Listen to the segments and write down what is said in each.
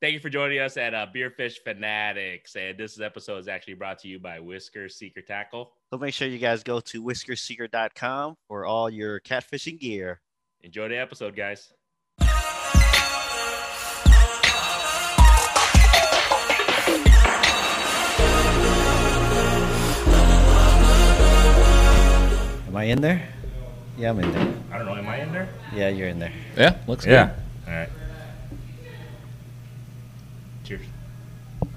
Thank you for joining us at uh, Beerfish Fanatics. And this episode is actually brought to you by Whisker Seeker Tackle. So make sure you guys go to whiskerseeker.com for all your catfishing gear. Enjoy the episode, guys. Am I in there? Yeah, I'm in there. I don't know. Am I in there? Yeah, you're in there. Yeah, looks Yeah. All right. Cheers. good.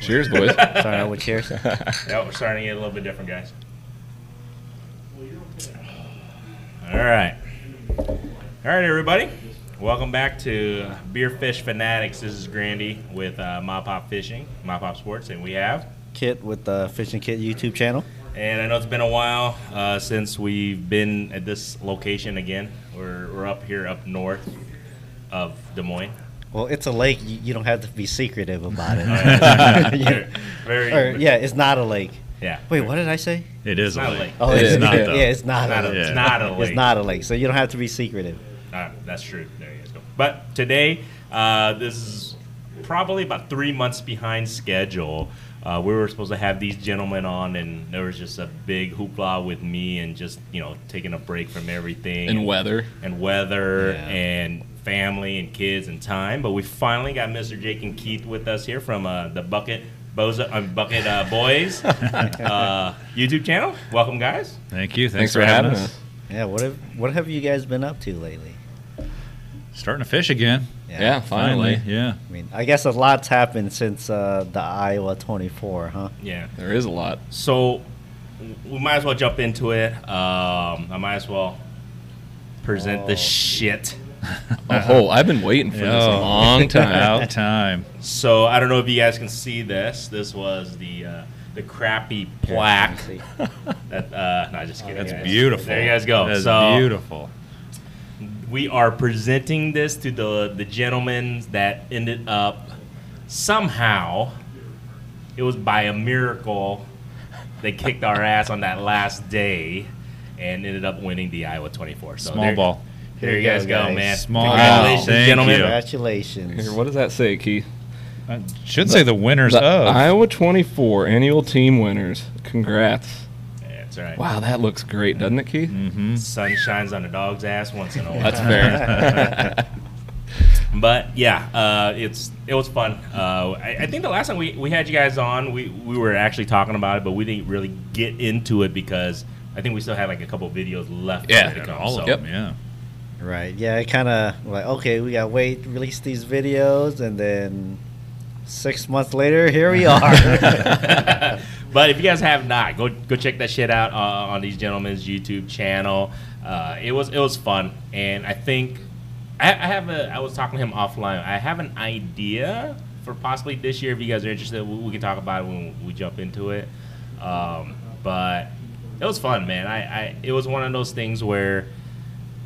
Cheers, boys. Sorry, I would cheers. Yeah, we're starting to get a little bit different, guys. All right. All right, everybody. Welcome back to Beer Fish Fanatics. This is Grandy with uh, Mop Hop Fishing, Mop Hop Sports, and we have. Kit with the Fishing Kit YouTube channel. And I know it's been a while uh, since we've been at this location again. We're, we're up here up north of Des Moines. Well, it's a lake. You, you don't have to be secretive about it. Very, yeah. Or, very- yeah, it's not a lake. yeah. Wait, what did I say? It is not a a lake. lake. Oh, It it's is not, yeah, though. it's not, It's not a a, lake. it's Yeah. not a lake. It's not a lake, so you don't have to be secretive. Uh, that's true. There you guys go. But today, uh, this is probably about three months behind schedule. Uh, we were supposed to have these gentlemen on, and there was just a big hoopla with me and just you know taking a break from everything and weather. and weather Yeah. and family and kids and time. But we finally got Mr. Jake and Keith with us here from uh, the Bucket Boza um, Bucket uh, Boys uh, YouTube channel. Welcome, guys. Thank you. Thanks for having us. Yeah, what have what have you guys been up to lately? Starting to fish again. Yeah, finally. Yeah. I mean, I guess a lot's happened since uh, the Iowa 24, huh? Yeah. There is a lot. So we might as well jump into it. Um, I might as well present Oh. the shit. Oh, I've been waiting for this a Oh. long time. About time. So I don't know if you guys can see this. This was the uh, the crappy plaque. Let me see. That uh, no, just kidding. That's guys. Beautiful. There you guys go. That's so beautiful. we are presenting this to the the gentlemen that ended up somehow. It was by a miracle they kicked our ass on that last day and ended up winning the Iowa 24. So Small there- ball. There you guys go, Guys, man. small Congratulations, ball. Thank gentlemen. you. Congratulations. Here, what does that say, Keith? I should say the winners The of. Iowa 24 annual team winners. Congrats. Yeah, That's right. Wow, that looks great, doesn't it, Keith? mm-hmm. Sun shines on a dog's ass once in a while. That's fair. But yeah, uh, it's it was fun. Uh, I, I think the last time we, we had you guys on, we, we were actually talking about it, but we didn't really get into it because I think we still had like a couple videos left. Yeah. to come, All of so- Yep. them. Yeah. Right. Yeah, I kind of like, okay, we got to wait, release these videos, and then six months later, here we are. but if you guys have not, go go check that shit out uh, on these gentlemen's YouTube channel. Uh, it was it was fun, and I think I, I have a. I was talking to him offline. I have an idea for possibly this year. If you guys are interested, we, we can talk about it when we jump into it. Um, but it was fun, man. I, I it was one of those things where.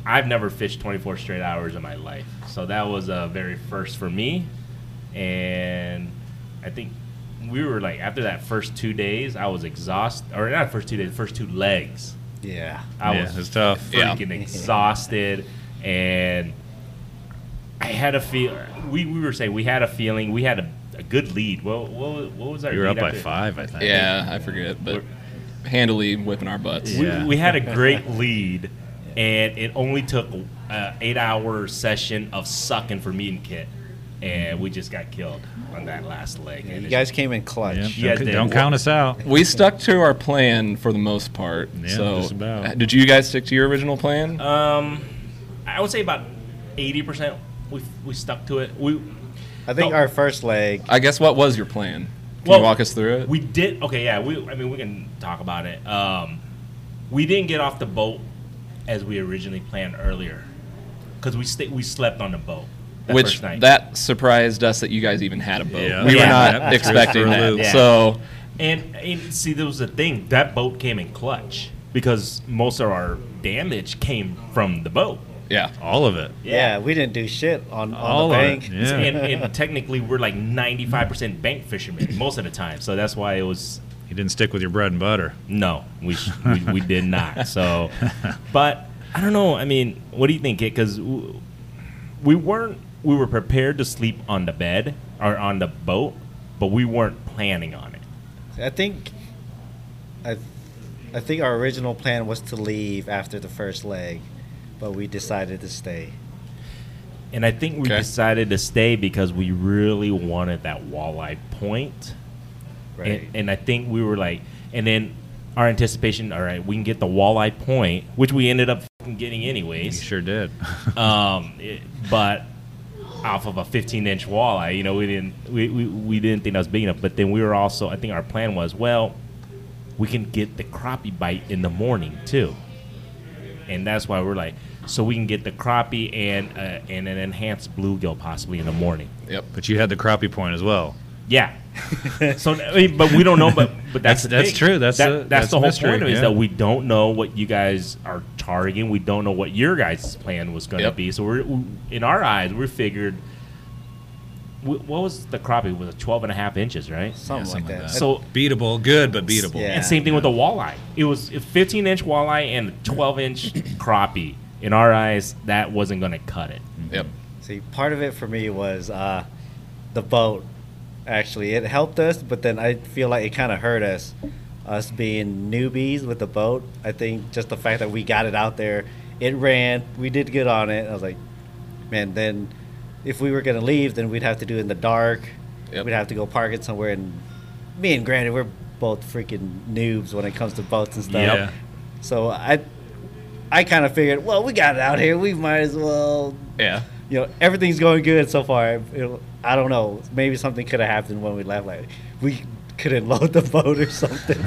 I've never fished 24 straight hours in my life. So that was a very first for me. And I think we were like, after that first two days, I was exhausted. Or not first two days, first two legs. yeah. I yeah, was it's tough. Yeah. freaking exhausted. And I had a feel. We, we were saying we had a feeling. We had a, a good lead. What, what, what was our You were lead up by after- five, I think. yeah, I forget, but handily whipping our butts. Yeah. we, we had a great lead, and it only took an eight-hour session of sucking for me and Kit, and we just got killed on that last leg. Yeah, And You it's- guys came in clutch. Yeah. You guys Don't, did don't count us out. We stuck to our plan for the most part. Yeah, so, just about. uh, did you guys stick to your original plan? um, I would say about eighty percent. We we stuck to it. We I think No. our first leg, I guess what was your plan? Can Well, you walk us through it? we did okay. Yeah, we. I mean, we can talk about it. Um, we didn't get off the boat as we originally planned earlier, because we stayed. we slept on the boat. That Which first night. that surprised us that you guys even had a boat. Yeah. We Yeah. were That not was just expecting for a that. loop. Yeah. So And, and see, there was a thing that boat came in clutch because most of our damage came from the boat. yeah, All of it. yeah, we didn't do shit on, on All the of bank. it. Yeah. And, and technically, we're like 95% bank fishermen most of the time. So that's why it was You didn't stick with your bread and butter. no, we, sh- we, we did not. So, but I don't know. I mean, what do you think? Because we weren't we were prepared to sleep on the bed or on the boat, but we weren't planning on it. I think, I, I think our original plan was to leave after the first leg, but we decided to stay. And I think we Okay. decided to stay because we really wanted that walleye point. Right. And, and I think we were like, and then our anticipation, all right, we can get the walleye point, which we ended up fucking getting You anyways. sure did. Um, it- but off of a 15 inch walleye, you know, we didn't we, we, we didn't think that was big enough. But then we were also, I think our plan was, well, we can get the crappie bite in the morning too, and that's why we're like, so we can get the crappie and uh, and an enhanced bluegill possibly in the morning. Yep. but you had the crappie point as well. Yeah. so, I mean, but we don't know. But but that's That's- the that's thing. true. That's That- the- that's, that's the whole mystery, point of it is yeah. that we don't know what you guys are targeting. We don't know what your guys' plan was going to Yep. be. So we're we, in our eyes, we figured. wh- What was the crappie? It was 12 and a half inches, right? Something, Yeah, like something that. like that. So Uh, Beatable, good, but beatable. Yeah. and same thing with the walleye. It was a 15 inch walleye and a 12 inch crappie. In our eyes, that wasn't going to cut it. Yep. See, part of it for me was uh, the boat. Actually, it helped us, but then I feel like it kind of hurt us, us being newbies with the boat. I think just the fact that we got it out there, it ran, we did good on it. I was like, man, then if we were gonna leave, then we'd have to do it in the dark. Yep. We'd have to go park it somewhere, and me and Granny, we're both freaking noobs when it comes to boats and stuff. Yep. So I, I kind of figured, well, we got it out here, we might as well Yeah. you know everything's going good so far. It- I don't know. Maybe something could have happened when we left. Like we couldn't load the boat or something in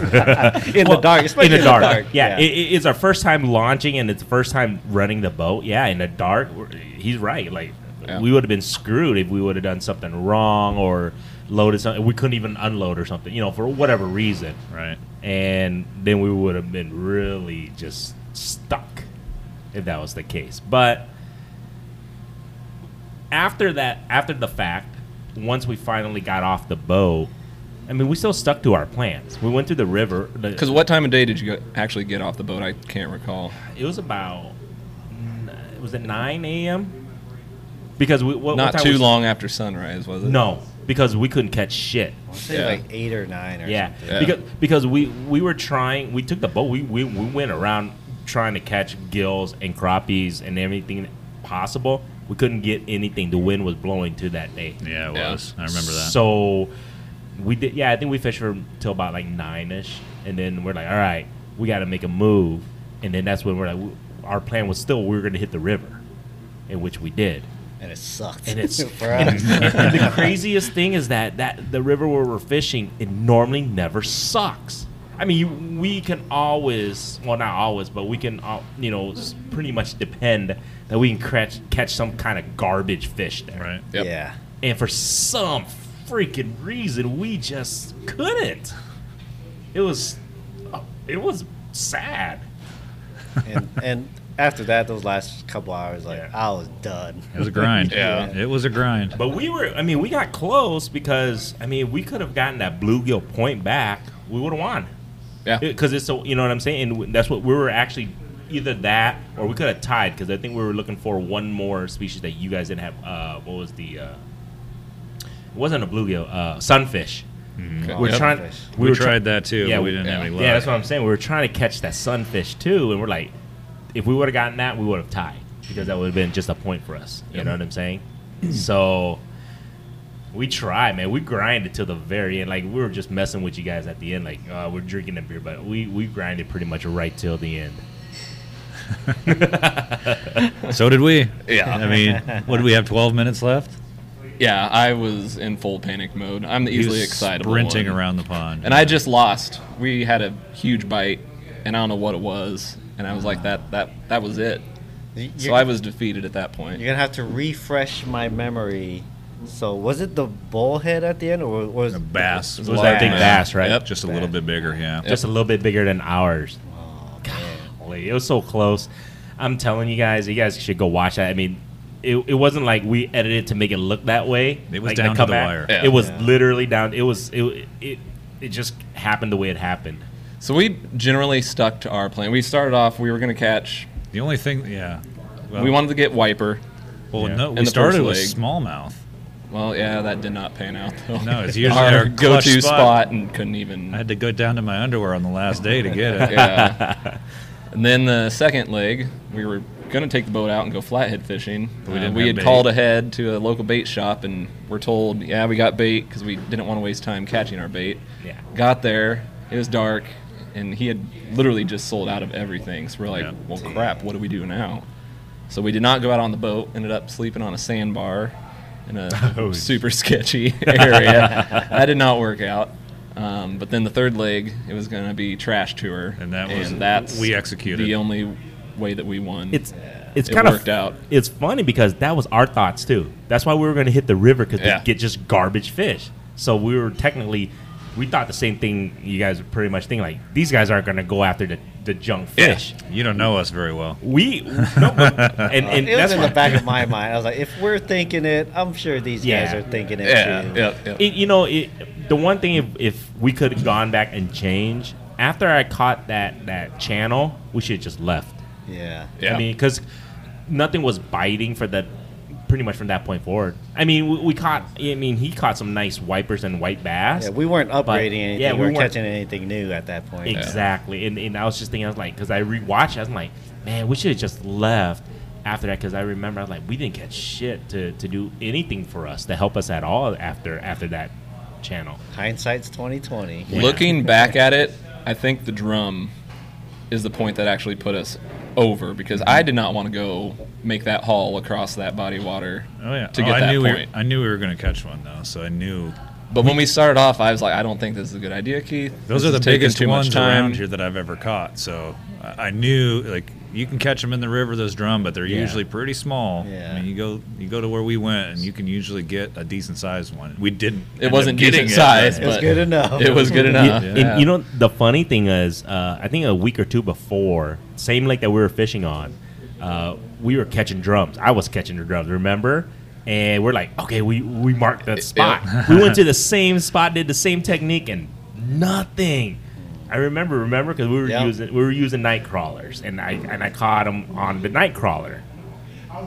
the Well, dark. Especially in the dark. Yeah, Yeah. It, it- it's our first time launching and it's the first time running the boat. Yeah, in the dark, we're- he's right. Like Yeah. we would have been screwed if we would have done something wrong or loaded something. We couldn't even unload or something. You know, for whatever reason, Right. and then we would have been really just stuck if that was the case. But after that, after the fact, once we finally got off the boat. I mean, we still stuck to our plans. We went through the river. the- Because what time of day did you go- actually get off the boat? I can't recall. it was about n- was it 9 a.m because we what, what Not time too was- long after sunrise, was it? no because we couldn't catch shit I'd say Yeah. like eight or nine or yeah. something. Yeah. because because we we were trying we took the boat we, we we went around trying to catch gills and crappies and everything possible we couldn't get anything the wind was blowing to that day Yeah, it Yeah. was. I remember that. So we did. Yeah, I think we fished for till about like nine ish, and then we're like, all right, we got to make a move, and then that's when we're like, w our plan was still we were going to hit the river, in which we did. And it sucked. And it's for and, us. and the craziest thing is that that the river where we're fishing it normally never sucks. I mean, you, we can always, well, not always, but we can, al- you know, s- pretty much depend that we can catch catch some kind of garbage fish there. Right. Yep. Yeah. And for some freaking reason, we just couldn't. It was, uh, it was sad. And and after that, those last couple hours, like Yeah. I was done. It was a grind. Yeah. It was a grind. But we were, I mean, we got close because, I mean, we could have gotten that bluegill point back. We would have won. Yeah. Because it's so, you know what I'm saying? And that's what we were actually either that or we could have tied because I think we were looking for one more species that you guys didn't have. Uh, what was the, uh, it wasn't a bluegill, uh, sunfish. Okay. We're Yep. trying, Sunfish. we, were try- tried that too, Yeah, but we we- didn't have any luck. Yeah, that's what I'm saying. We were trying to catch that sunfish too, and we're like, if we would have gotten that, we would have tied because that would have been just a point for us. You know what I'm saying? so we tried, man. We grinded till the very end. Like we were just messing with you guys at the end. Like uh, we're drinking the beer, but we we grinded pretty much right till the end. So did we. Yeah. I mean, what do we have? Twelve minutes left. Yeah, I was in full panic mode. I'm the He was easily excitable sprinting one. around the pond. and I just lost. We had a huge bite, and I don't know what it was. And I was like, that that that was it. You- So I was defeated at that point. You're gonna have to refresh my memory. So was it the bullhead at the end, or was a bass. It was that big Wow. bass, right? Yep. Just a little bit bigger. Yeah. Just a little bit bigger than ours. Oh, Golly, it was so close. I'm telling you guys, you guys should go watch that. I mean, it, it wasn't like we edited to make it look that way. It was like, down to come the back. wire. Yeah. It was Yeah. literally down. It was it, it it just happened the way it happened. So we generally stuck to our plan. We started off. We were gonna catch. The only thing, yeah. Well, we wanted to get wiper. Well, Yeah. no, And we the started first with leg. smallmouth. Well, yeah, that did not pan out though. No, it's usually our our clutch go-to spot. spot. and couldn't even. I had to go down to my underwear on the last day to get it. yeah. And then the second leg, we were going to take the boat out and go flathead fishing. we Uh, didn't we have had bait. called ahead to a local bait shop and we're told, yeah, we got bait because we didn't want to waste time catching our bait. Yeah. Got there, it was dark, and he had literally just sold out of everything. So we're like, Yeah. well, crap, what do we do now? So we did not go out on the boat, ended up sleeping on a sandbar in a Oh, super sketchy area. that did not work out. Um, but then the third leg, it was going to be trash tour, And that was- that's we executed. the only way that we won. It's it's It kind of worked out. It's funny because that was our thoughts too. That's why we were going to hit the river because Yeah. they get just garbage fish. So we were technically, we thought the same thing. You guys were pretty much thinking like these guys aren't going to go after the, the junk Yeah. fish. You don't know us very well. We no, but, and, and it was that's in why- the back of my mind. I was like, if we're thinking it, I'm sure these guys Yeah. are thinking it yeah, too. yeah, yeah. It, you know, it, the one thing if, if we could have gone back and changed after I caught that that channel, we should have just left. Yeah. Yeah. I mean, because nothing was biting for that, pretty much from that point forward. I mean, we, we caught. I mean, he caught some nice wipers and white bass. Yeah, we weren't upgrading But- anything. yeah, we, we weren't weren't- catching anything new at that point. exactly. And, and I was just thinking, I was like, because I rewatched, it, I was like, man, we should have just left after that. Because I remember, I was like, we didn't catch shit to, to do anything for us to help us at all after after that channel. Hindsight's 2020. Yeah. Looking back at it, I think the drum is the point that actually put us over because Mm-hmm. I did not want to go make that haul across that body of water Oh yeah. to Oh, get I that knew point. we. Were, I knew we were going to catch one though, so I knew but when we started off, I was like, I don't think this is a good idea, Keith. those This are is the taking biggest too ones much time. around here that I've ever caught. So I I knew like you can catch them in the river, those drum, but they're Yeah. usually pretty small. Yeah. I mean, you go you go to where we went, and you can usually get a decent sized one. We didn't. It end up wasn't getting decent it, size, It was but good enough. It was good You- enough. and yeah. you know the funny thing is, uh, I think a week or two before, same lake that we were fishing on, uh, we were catching drums. I was catching the drums. Remember? And we're like, okay, we we marked that spot. we went to the same spot, did the same technique, and nothing. I remember, remember, because we were Yeah. using we were using night crawlers, and I and I caught them on the night crawler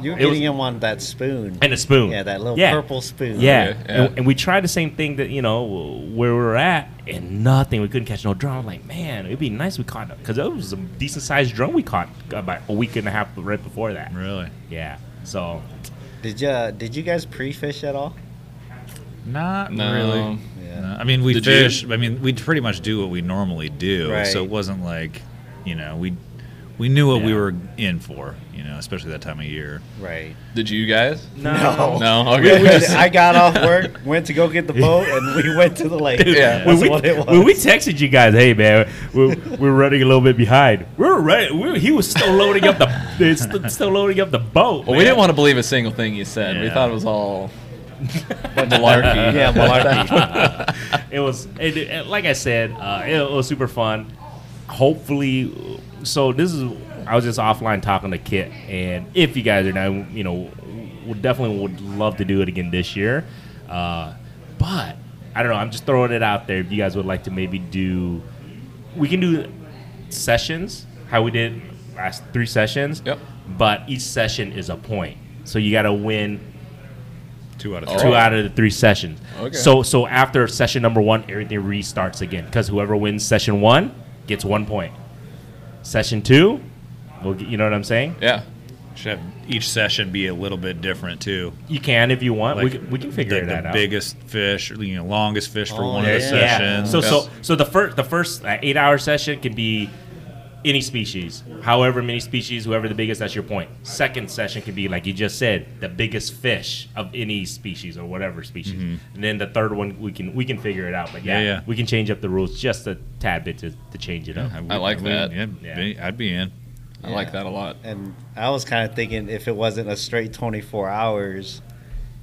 You were It getting was- him on that spoon. and a spoon. yeah, that little Yeah. purple spoon. Yeah, Okay, and- Oh, yeah. And, we tried the same thing that you know where we were at, and nothing. We couldn't catch no drum. I'm like, man, it'd be nice we caught because that was a decent sized drum we caught about a week and a half right before that. Really? Yeah, so Did you uh, did you guys pre-fish at all? Not No. really. Yeah. No. I mean, we Did you? fish. I mean, we pretty much do what we normally do. Right. So it wasn't like, you know, we we knew what we Yeah. were in for. You know, especially that time of year. Right. Did you guys? No. No. Oh. We- Okay. we- I got off work, went to go get the boat, and we went to the lake. Yeah. That's when, we, what it was. when we texted you guys, hey man, we're, we're running a little bit behind. We were running. We were, he was still loading up the it's st- still loading up the boat. well, we man. didn't want to believe a single thing you said. We Yeah. thought it was all malarkey. yeah, malarkey. it was it, it- like I said, uh, it, was super fun. Hopefully, so this is I was just offline talking to Kit, and if you guys are not, you know, we definitely would love to do it again this year. Uh, but I don't know. I'm just throwing it out there. If you guys would like to maybe do, we can do sessions how we did last three sessions. Yep. But each session is a point, so you got to win Two out of Oh. three. two out of the three sessions. Okay. So so after session number one, everything restarts again because whoever wins session one gets one point. Session two, we'll get, you know what I'm saying? Yeah. Should have each session be a little bit different too. You can if you want. we Like, can, we can figure the, that the out. biggest fish, or, you know, longest fish for Oh, one of yeah. the sessions. So so so the first the first uh, eight hour session can be any species, however many species, whoever the biggest, that's your point. Second session can be like you just said, the biggest fish of any species or whatever species, and then the third one we can we can figure it out. But yeah, Yeah, yeah. we can change up the rules just a tad bit to, to change it up. would- I like would- that. yeah, Yeah. be- I'd be in. I like that a lot. And I was kind of thinking if it wasn't a straight 24 hours,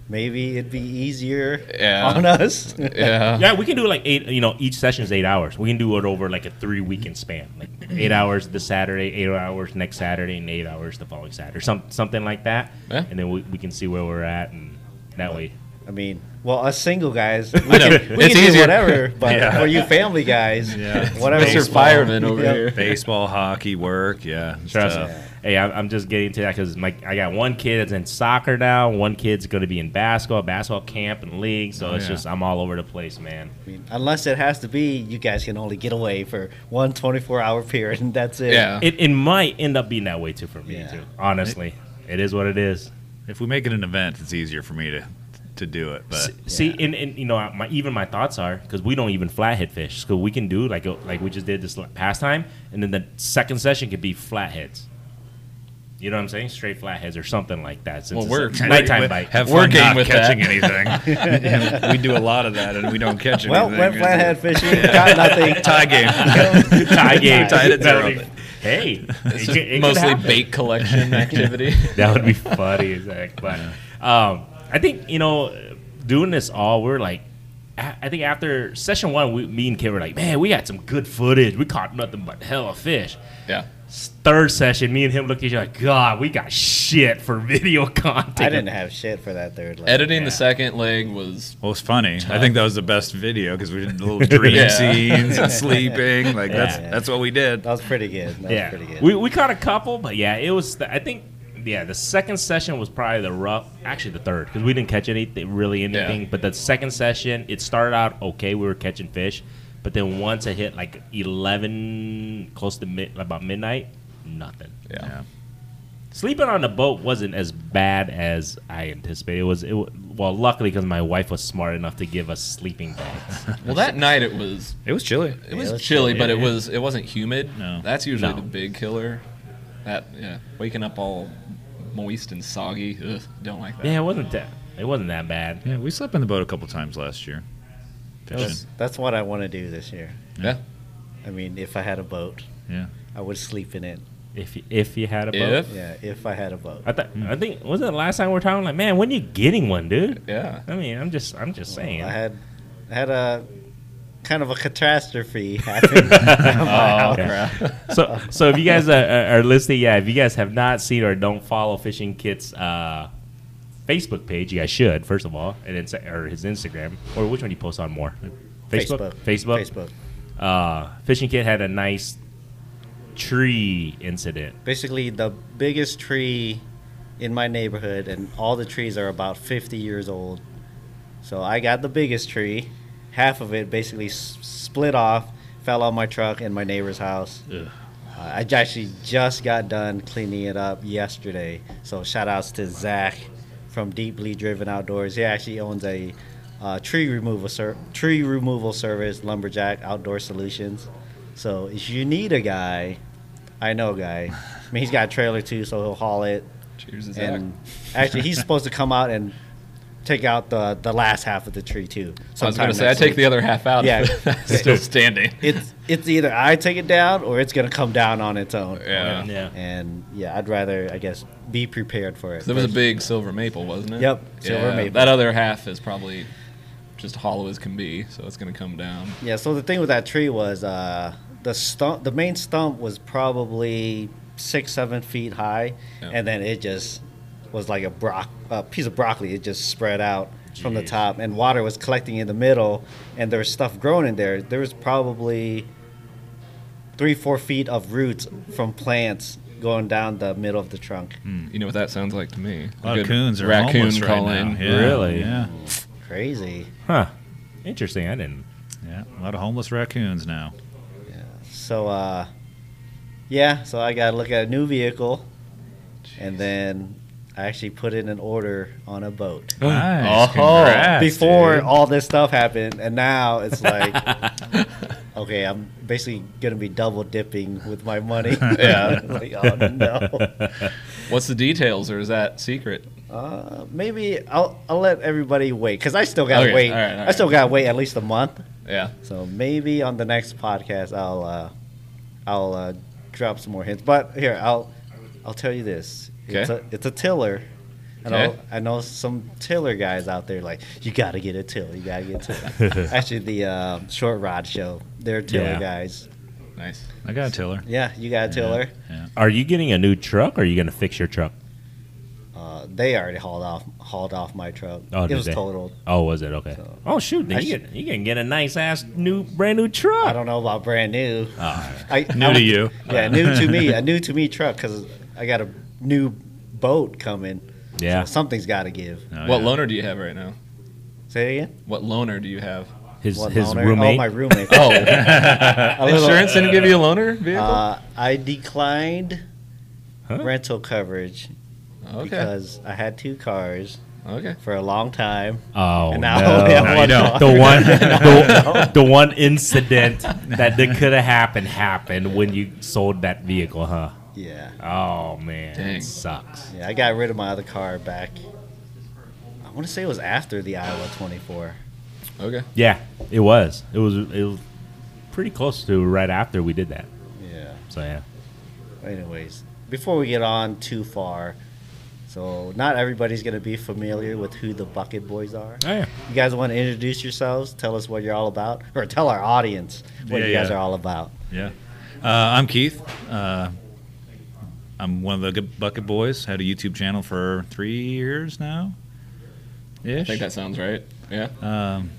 maybe it'd be easier Yeah. on us. Yeah. Yeah, we can do like eight. You know, each session is eight hours. We can do it over like a three weekend span, like eight hours this Saturday, eight hours next Saturday, and eight hours the following Saturday, some something like that. Yeah. And then we, we can see where we're at, and that way. I mean, well, us single guys, we I know. can, we It's can do easier. whatever. But Yeah. for you family guys, Yeah. whatever. Mr. small- Fireman over Yep. here. Baseball, hockey, work, yeah. Trust stuff. me. hey, I'm, I'm just getting to that because my I got one kid that's in soccer now. One kid's going to be in basketball, basketball camp and league. So Oh, it's yeah. just I'm all over the place, man. I mean, unless it has to be, you guys can only get away for one 24 hour period, and that's it. Yeah. It it might end up being that way too for me Uh. Yeah. too. Honestly, it is what it is. If we make it an event, it's easier for me to to do it. S- But See, and, and you know, my even my thoughts are because we don't even flathead fish. Because we can do like uh, like we just did this la- past time, and then the second session could be flatheads. You know what I'm saying? Straight flatheads or something like that. Since Well, it's we're- a nighttime We- bite. Have We're fun game not with catching anything. we do a lot of that, and we don't catch anything. Well, went flathead fishing, got nothing. tie game. tie game. Tied at That would zero. be- Hey, it could- it could Mostly happen. bait collection activity. that would be funny, Zach. But um, I think you know, doing this all, we're like, I I think after session one, we, me and Kid were like, man, we got some good footage. We caught nothing but hella fish. yeah. Third session, me and him looked at each other like, God, we got shit for video content. I didn't have shit for that third leg. Editing Yeah. the second leg was Well, it's funny. I think that was the best video because we did the little dream Yeah. scenes and sleeping. Like that's Yeah. that's what we did. That was pretty good. That yeah, was pretty good. we we caught a couple, but yeah, it was. The, I think yeah, the second session was probably the rough. Actually, the third because we didn't catch anything really anything. But the second session, it started out okay. We were catching fish, but then once it hit like eleven, close to mid, about midnight, nothing. yeah. Yeah. Sleeping on the boat wasn't as bad as I anticipated. It was it, wa- well, luckily because my wife was smart enough to give us sleeping bags. Well, that night it was It was chilly. it was it was chilly, chilly, but it yeah. was it wasn't humid. No. That's usually No. the big killer. That yeah, waking up all moist and soggy. Ugh, don't like that. yeah, it wasn't that. It wasn't that bad. Yeah, we slept in the boat a couple times last year. Fishing. That's, that's what I want to do this year. Yeah. I mean, if I had a boat, yeah. I would sleep in it. If you- if you had a boat. If Yeah, if I had a boat. I, th- I think was it the last time we were talking like, man, when you getting one, dude? yeah. I mean, I'm just I'm just saying. I had, I had a kind of a catastrophe happen. at my Oh, house. Oh, okay. so so if you guys are, are are listening, yeah, if you guys have not seen or don't follow Fishing Kit's uh, Facebook page, you guys should first of all, and then se- or his Instagram or which one do you post on more? Facebook, Facebook, Facebook. Uh, Fishing Kit had a nice tree incident. Basically, the biggest tree in my neighborhood, and all the trees are about 50 years old. So I got the biggest tree. Half of it basically s- split off, fell on my truck in my neighbor's house. Ugh. Uh, I j- actually just got done cleaning it up yesterday. So shout outs to Zach from Deeply Driven Outdoors. He actually owns a uh, tree removal ser- tree removal service, Lumberjack Outdoor Solutions. So if you need a guy, I know a guy. I mean, he's got a trailer too, so he'll haul it. Cheers to Zach. And actually, he's supposed to come out and take out the the last half of the tree too. I was sometime gonna say I next take week. the other half out. Yeah. if it's still standing. It's it's either I take it down or it's gonna come down on its own. Yeah. Yeah. And yeah, I'd rather I guess be prepared for it. There was a first. big silver maple, wasn't it? Yep, silver Yeah, maple. That other half is probably just hollow as can be, so it's gonna come down. Yeah, so the thing with that tree was uh, the stump. The main stump was probably six, seven feet high, Yeah. and then it just was like a broc- a piece of broccoli. It just spread out from the Jeez. top, and water was collecting in the middle, and there was stuff growing in there. There was probably three, four feet of roots from plants going down the middle of the trunk. You know what that sounds like to me? A lot good of coons are raccoon homeless right calling. now. Yeah, Really? Yeah. Crazy. Huh. Interesting. I didn't. Yeah. A lot of homeless raccoons now. So uh yeah, so I gotta look at a new vehicle and then I actually put in an order on a boat. Nice. Oh. Congrats, Before dude. all this stuff happened and now it's like okay, I'm basically gonna be double dipping with my money. Yeah. like, oh no. What's the details, or is that secret? Uh, maybe I'll I'll let everybody wait because I still gotta Okay, wait. all right, all I right. still gotta wait at least a month. Yeah. So maybe on the next podcast I'll uh, I'll uh, drop some more hints. But here I'll I'll tell you this. It's a Okay. it's a tiller. I know Okay. I know some tiller guys out there like you gotta get a till, you gotta get a till. Actually the uh, short rod show, they're tiller Yeah. guys. Nice. I got a tiller. Yeah, you got a tiller. Yeah. Are you getting a new truck? or Are you gonna fix your truck? Uh, they already hauled off hauled off my truck. Oh, it did was they? totaled. Oh, was it okay? So- oh shoot! Then I you should- can you can get a nice ass new brand new truck. Ah. I don't know about brand new. Oh, I, New I- to you. Yeah, new to me. A new to me truck because I got a new boat coming. Yeah. So something's got to give. Oh, what yeah. loaner do you have right now? Say it again. What loaner do you have? His What his loaner? roommate. Oh, my roommate. Oh, A little- insurance didn't give you a loaner vehicle. Uh, I declined Huh? rental coverage okay. because I had two cars okay. for a long time. Oh And now I only have No, you one don't. car. the one the, the one incident that could have happened happened when you sold that vehicle, huh? Yeah. Oh man, Dang. it sucks. Yeah, I got rid of my other car back. I want to say it was after the Iowa 24. Okay. Yeah, it was. It was it was pretty close to right after we did that. Yeah. So yeah. Anyways, before we get on too far, so not everybody's going to be familiar with who the Bucket Boys are. Oh yeah. You guys want to introduce yourselves? Tell us what you're all about, or tell our audience what Yeah, you guys yeah. are all about. Yeah. Uh, I'm Keith. Uh, I'm one of the Good Bucket Boys. Had a YouTube channel for three years now. I think Ish. that sounds right. Yeah. Um,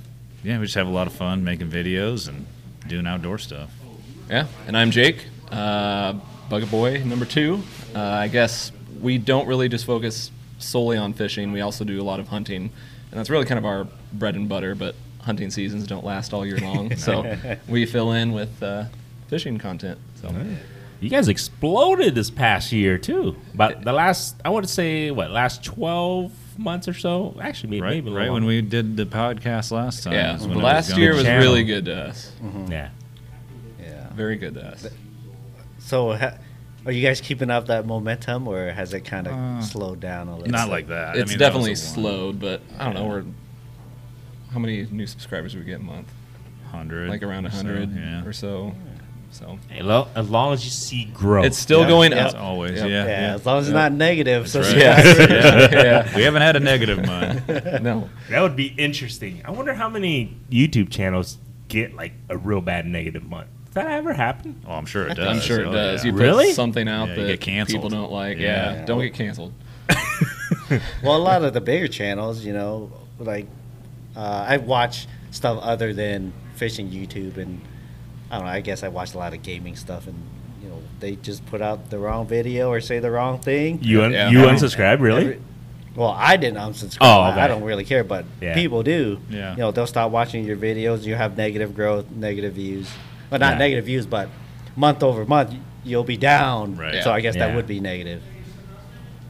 yeah, we just have a lot of fun making videos and doing outdoor stuff. Yeah, and I'm Jake, uh, Bucket Boy number two. Uh, I guess we don't really just focus solely on fishing. We also do a lot of hunting, and that's really kind of our bread and butter. But hunting seasons don't last all year long, so we fill in with uh, fishing content. So You guys exploded this past year too. But the last I want to say what last twelve months or so. Actually, maybe, Right, maybe a right little when we did the podcast last time. yeah, is when it last gone. year was Channel. really good to us. longer. yeah. Yeah. Very good to us. So, ha- are you guys keeping up that momentum, or has it kind of Uh, slowed down a little? not like that. I It's mean, that definitely was the one. slowed, but I don't know. We're how many new subscribers do we get a month? Hundred, Like around or so, hundred yeah. or so. So Hey, lo- as long as you see growth. it's still Yeah. going Yeah. up. As always, Yep. Oh, yeah. yeah, yeah. as long as it's not negative. So right. Yeah. yeah. We haven't had a negative month. No. that would be interesting. I wonder how many YouTube channels get like a real bad negative month. Does that ever happen? Well, I'm sure it does. I'm sure it Oh, does. yeah. You Really? put something out Yeah, you that get canceled. people don't like. Yeah. Yeah. Don't get canceled. well, a lot of the bigger channels, you know, like uh, I watch stuff other than fishing YouTube, and I don't know. I guess I watch a lot of gaming stuff, and you know, they just put out the wrong video or say the wrong thing. You un- Yeah. you Yeah. unsubscribe really? Every- well, I didn't unsubscribe. Oh, I- I okay. don't really care, but Yeah. people do. Yeah. You know, they'll stop watching your videos. You have negative growth, negative views. Well, not Yeah. negative views, but month over month, you'll be down. Right. So I guess Yeah. that would be negative.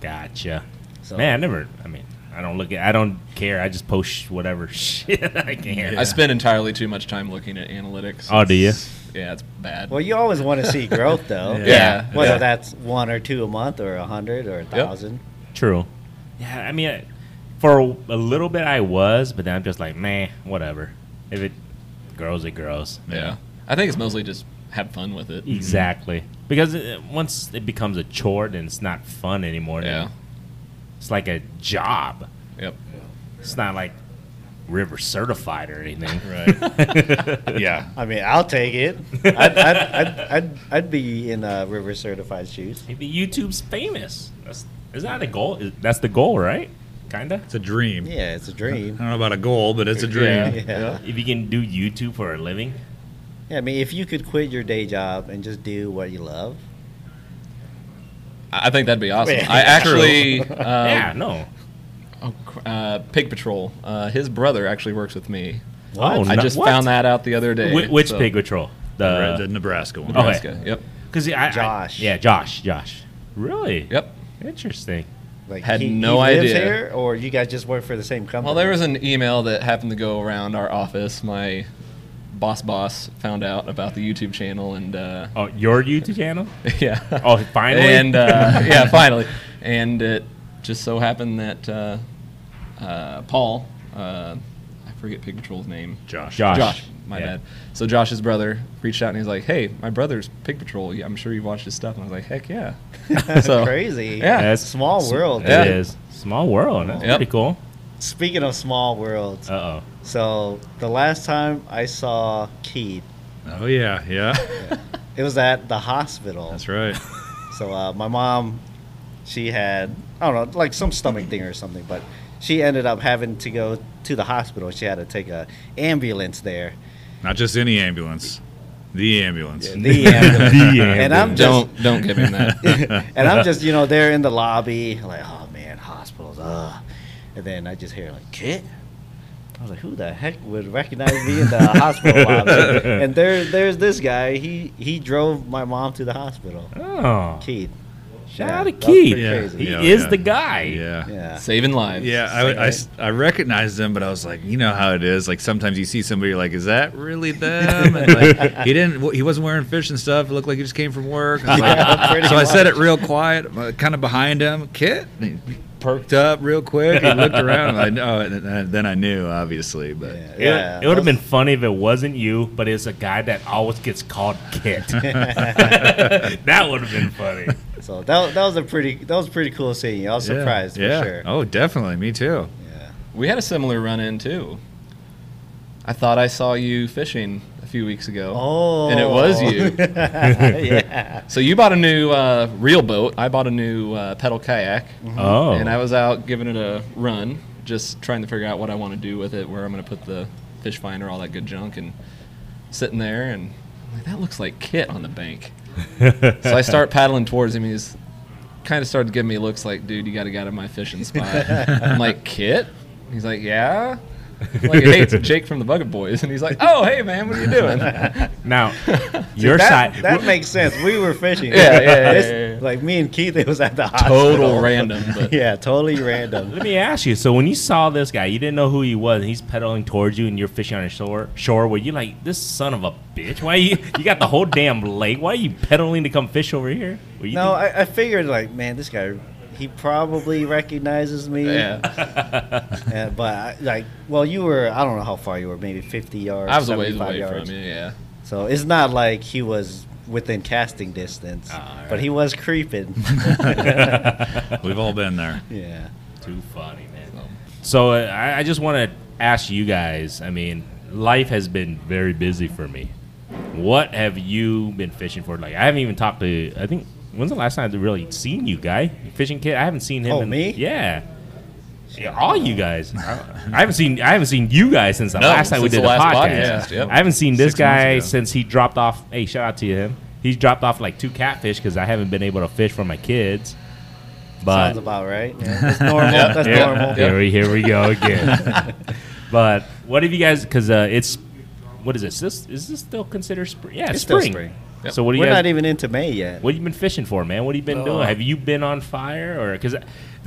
gotcha. So, Man, I never. I mean, I don't look at. I don't care. I just post whatever shit I can. I spend entirely too much time looking at analytics. Oh, do you? It's- Yeah, it's bad. Well, you always want to see growth, though. Yeah. Yeah. Whether Yeah. that's one or two a month, or a hundred, or a thousand. True. Yeah, I mean, I- for a, a little bit I was, but then I'm just like, meh, whatever. If it grows, it grows. yeah. I think it's mostly just have fun with Mm-hmm. it. Exactly. Because it, once it becomes a chore, then it's not fun anymore. then Yeah. It's like a job. Yep. It's not like river certified or anything. Right. yeah. I mean, I'll take it. I'd, I'd, I'd, I'd, I'd be in uh, river certified shoes. Maybe YouTube's famous. That's is that a goal? Is- That's the goal, right? Kinda. It's a dream. Yeah, it's a I dream. don't know about a goal, but it's a dream. Yeah. Yeah. If you can do YouTube for a living, yeah, I mean, if you could quit your day job and just do what you love, I I think that'd be awesome. Yeah. I actually, uh, yeah, no. oh, cr- uh, Pig Patrol. Uh, his brother actually works with me. What? I no- just what? found that out the other day. Wh- which so- pig patrol? Uh, Right, the Nebraska one. Okay. Nebraska. Yep. Because I, I- Josh. yeah, Josh. Josh. Really? Yep. Interesting. like Had no idea. here, or you guys just work for the same company. Well, there was an email that happened to go around our office. My boss boss found out about the YouTube channel and uh, Oh, your YouTube channel? yeah. Oh, finally. And uh, yeah, finally. And it just so happened that uh, uh, Paul, uh, I forget Pig Patrol's name. Josh. Josh. my Yeah. bad. So Josh's brother reached out and he's like, "Hey, my brother's Pig Patrol. Yeah, I'm sure you've watched his stuff." And I was like, "Heck yeah!" That's so- crazy. Yeah. That's Small world. It is Yeah. small world. That's Yep. pretty cool. Speaking of small worlds, Uh oh. so the last time I saw Keith, Oh yeah, yeah. it was at the hospital. That's right. So uh, my mom, she had I don't know, like some stomach thing or something, but she ended up having to go to the hospital. She had to take a ambulance there. Not just any ambulance. The ambulance. The ambulance. And I'm just Don't don't give him that. and I'm just, you know, they're in the lobby, like, oh man, hospitals, ugh. And then I just hear like, kid. I was like, who the heck would recognize me in the hospital lobby? And there, there's this guy. He he drove my mom to the hospital. Oh, Keith. shout Yeah, out to that was pretty Keith. Yeah. crazy. He Yeah, is yeah. the guy. yeah. Yeah. Saving lives. Yeah, I, I s- I recognized them, but I was like, you know how it is. Like sometimes you see somebody, you're like, is that really them? And like, he didn't. He wasn't wearing fish and stuff. It looked like he just came from work. I was like- Yeah, pretty so I said much. it real quiet, kind of behind him. Kit And he perked up real quick. He looked around. I know, and then- then I knew, obviously. But Yeah. It, yeah. would have been funny if it wasn't you, but it's a guy that always gets called Kit. that would have been funny. So that, that was a pretty that was a pretty cool scene. I was Yeah, surprised yeah. for sure. Oh, definitely. Me too. Yeah. We had a similar run in too. I thought I saw you fishing a few weeks ago. Oh. And it was you. yeah. So you bought a new uh, reel boat. I bought a new uh, pedal kayak. Oh, And I was out giving it a run, just trying to figure out what I want to do with it, where I'm going to put the fish finder, all that good junk, and sitting there and I'm like, that looks like Kit on the bank. so I start paddling towards him. He's kind of started giving me looks like, dude, you got to get out of my fishing spot. I'm like, Kit? He's like, yeah. I'm like, hey, it's Jake from the Bucket Boys. And he's like, oh, hey, man, what are you doing? yeah, now your that, side. that makes sense. We were fishing. yeah, yeah. This- yeah, yeah. Like me and Keith, it was at the hospital. Total random, but yeah, totally random. Let me ask you. So when you saw this guy, you didn't know who he was, and he's pedaling towards you, and you're fishing on the shore. Shore, were you like, "This son of a bitch! Why you? You got the whole damn lake. Why are you pedaling to come fish over here?" Were you No, I, I figured like, man, this guy, he probably recognizes me. yeah. Uh, but I, like, well, you were, I don't know how far you were, maybe 50 yards. I was a ways 75 away yards. from you, yeah. So it's not like he was within casting distance, Ah, but he was creeping. We've all been there. yeah. Too funny, man. So uh, I, I just want to ask you guys. I mean, life has been very busy for me. What have you been fishing for? Like, I haven't even talked to. I think when's the last time I really seen you, guy? Fishing kid. I haven't seen him. Oh, in, me? Yeah. Yeah, all you guys. I haven't seen. I haven't seen you guys since the No, last time we since did the, the last podcast. podcast, yep. I haven't seen this Six months guy ago. since he dropped off. Hey, shout out to him. He's dropped off like two catfish because I haven't been able to fish for my kids. But Sounds about right. Yeah, that's normal. Yeah. That's Yeah. normal. here we here we go again. but what have you guys? Because uh, it's what is this? This is this still considered spring? Yeah, It's still spring. spring. Yep. So what do you We're not guys, even Uh, into May yet. what you been fishing for, man? What have you been doing? Have you been on fire or because this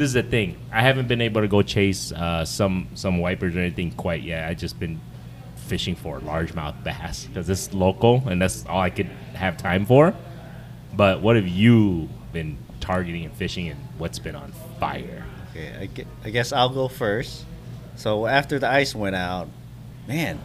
is the thing? I haven't been able to go chase uh, some some wipers or anything quite yet. I just been fishing for largemouth bass because it's local and that's all I could have time for. But what have you been targeting and fishing and what's been on fire? Okay, I, gue- I guess I'll go first. So after the ice went out, man,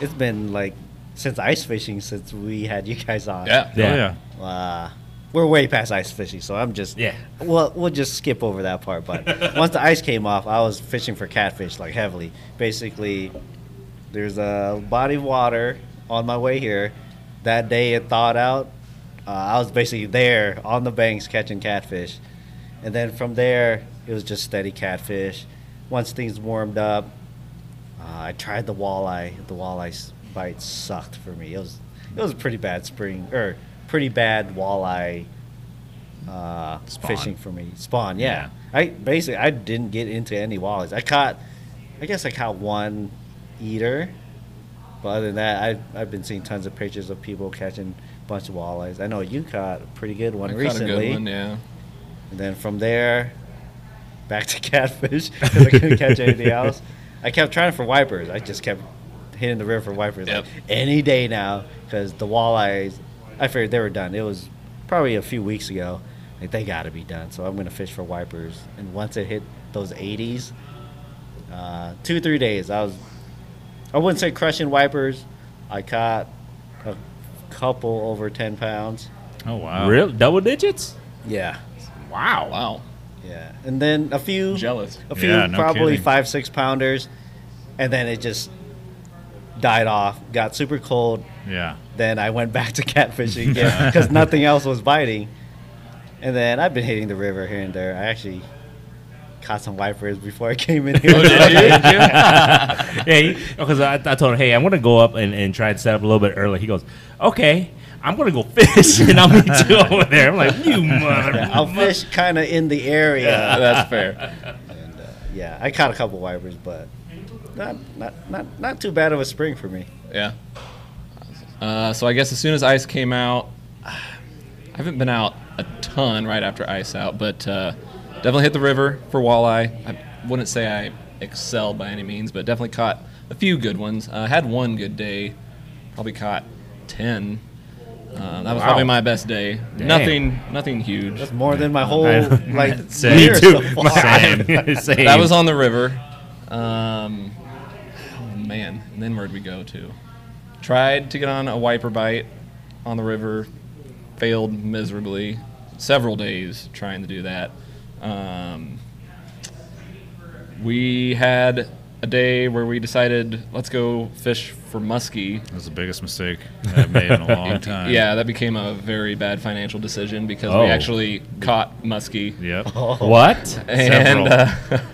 it's been like since ice fishing since we had you guys on. Yeah. Oh, yeah. Uh, we're way past ice fishing, so I'm just Yeah. Well, we'll just skip over that part. But once the ice came off, I was fishing for catfish like heavily. Basically, there's a body of water on my way here. That day it thawed out. Uh, I was basically there on the banks catching catfish, and then from there it was just steady catfish. Once things warmed up, uh, I tried the walleye. The walleye s- bite sucked for me. It was it was a pretty bad spring or pretty bad walleye uh, Spawn. fishing for me. Spawn, yeah. Yeah. I basically I didn't get into any walleyes. I caught, I guess I caught one eater, but other than that, I've I've been seeing tons of pictures of people catching a bunch of walleyes. I know you caught a pretty good one I caught recently. a good one, yeah. And then from there, back to catfish because I couldn't catch anything else. I kept trying for wipers. I just kept hitting the river for wipers Yep. like, any day now because the walleyes, I figured they were done. It was probably a few weeks ago. Like they got to be done, so I'm gonna fish for wipers. And once it hit those 80s, uh, two three days, I was, I wouldn't say crushing wipers. I caught a couple over 10 pounds. Oh wow. Real double digits? Yeah, Wow. Wow. yeah. And then a few Jealous. a few Yeah, no probably kidding. five six pounders and then it just died off got super cold Yeah. then i went back to catfishing again because nothing else was biting and then i've been hitting the river here and there i actually caught some wipers before I came in Oh, did you? here. yeah, because I, I told him, hey, I'm gonna go up and, and try and set up a little bit early. He goes, okay, I'm gonna go fish, and I'll meet you over there. I'm like, you mother. Yeah, I'll fish kind of in the area. That's fair. And, uh, yeah, I caught a couple wipers, but not, not not not too bad of a spring for me. Yeah. Uh, so I guess as soon as Ice came out, I haven't been out a ton right after Ice out, but uh, definitely hit the river for walleye. I wouldn't say I excelled by any means, but definitely caught a few good ones. Uh, had one good day, probably caught ten. Uh, that was Wow. probably my best day. Damn. Nothing, nothing huge. That's more than my whole I- like Same. year so far. Same. Same. That was on the river. Um, oh man, and then where'd we go to? Tried to get on a wiper bite on the river, failed miserably. Several days trying to do that. Um, we had a day where we decided let's go fish for muskie That's the biggest mistake I've made in a long time. yeah that became a very bad financial decision because Oh. we actually caught muskie Yep. Oh. what? and uh,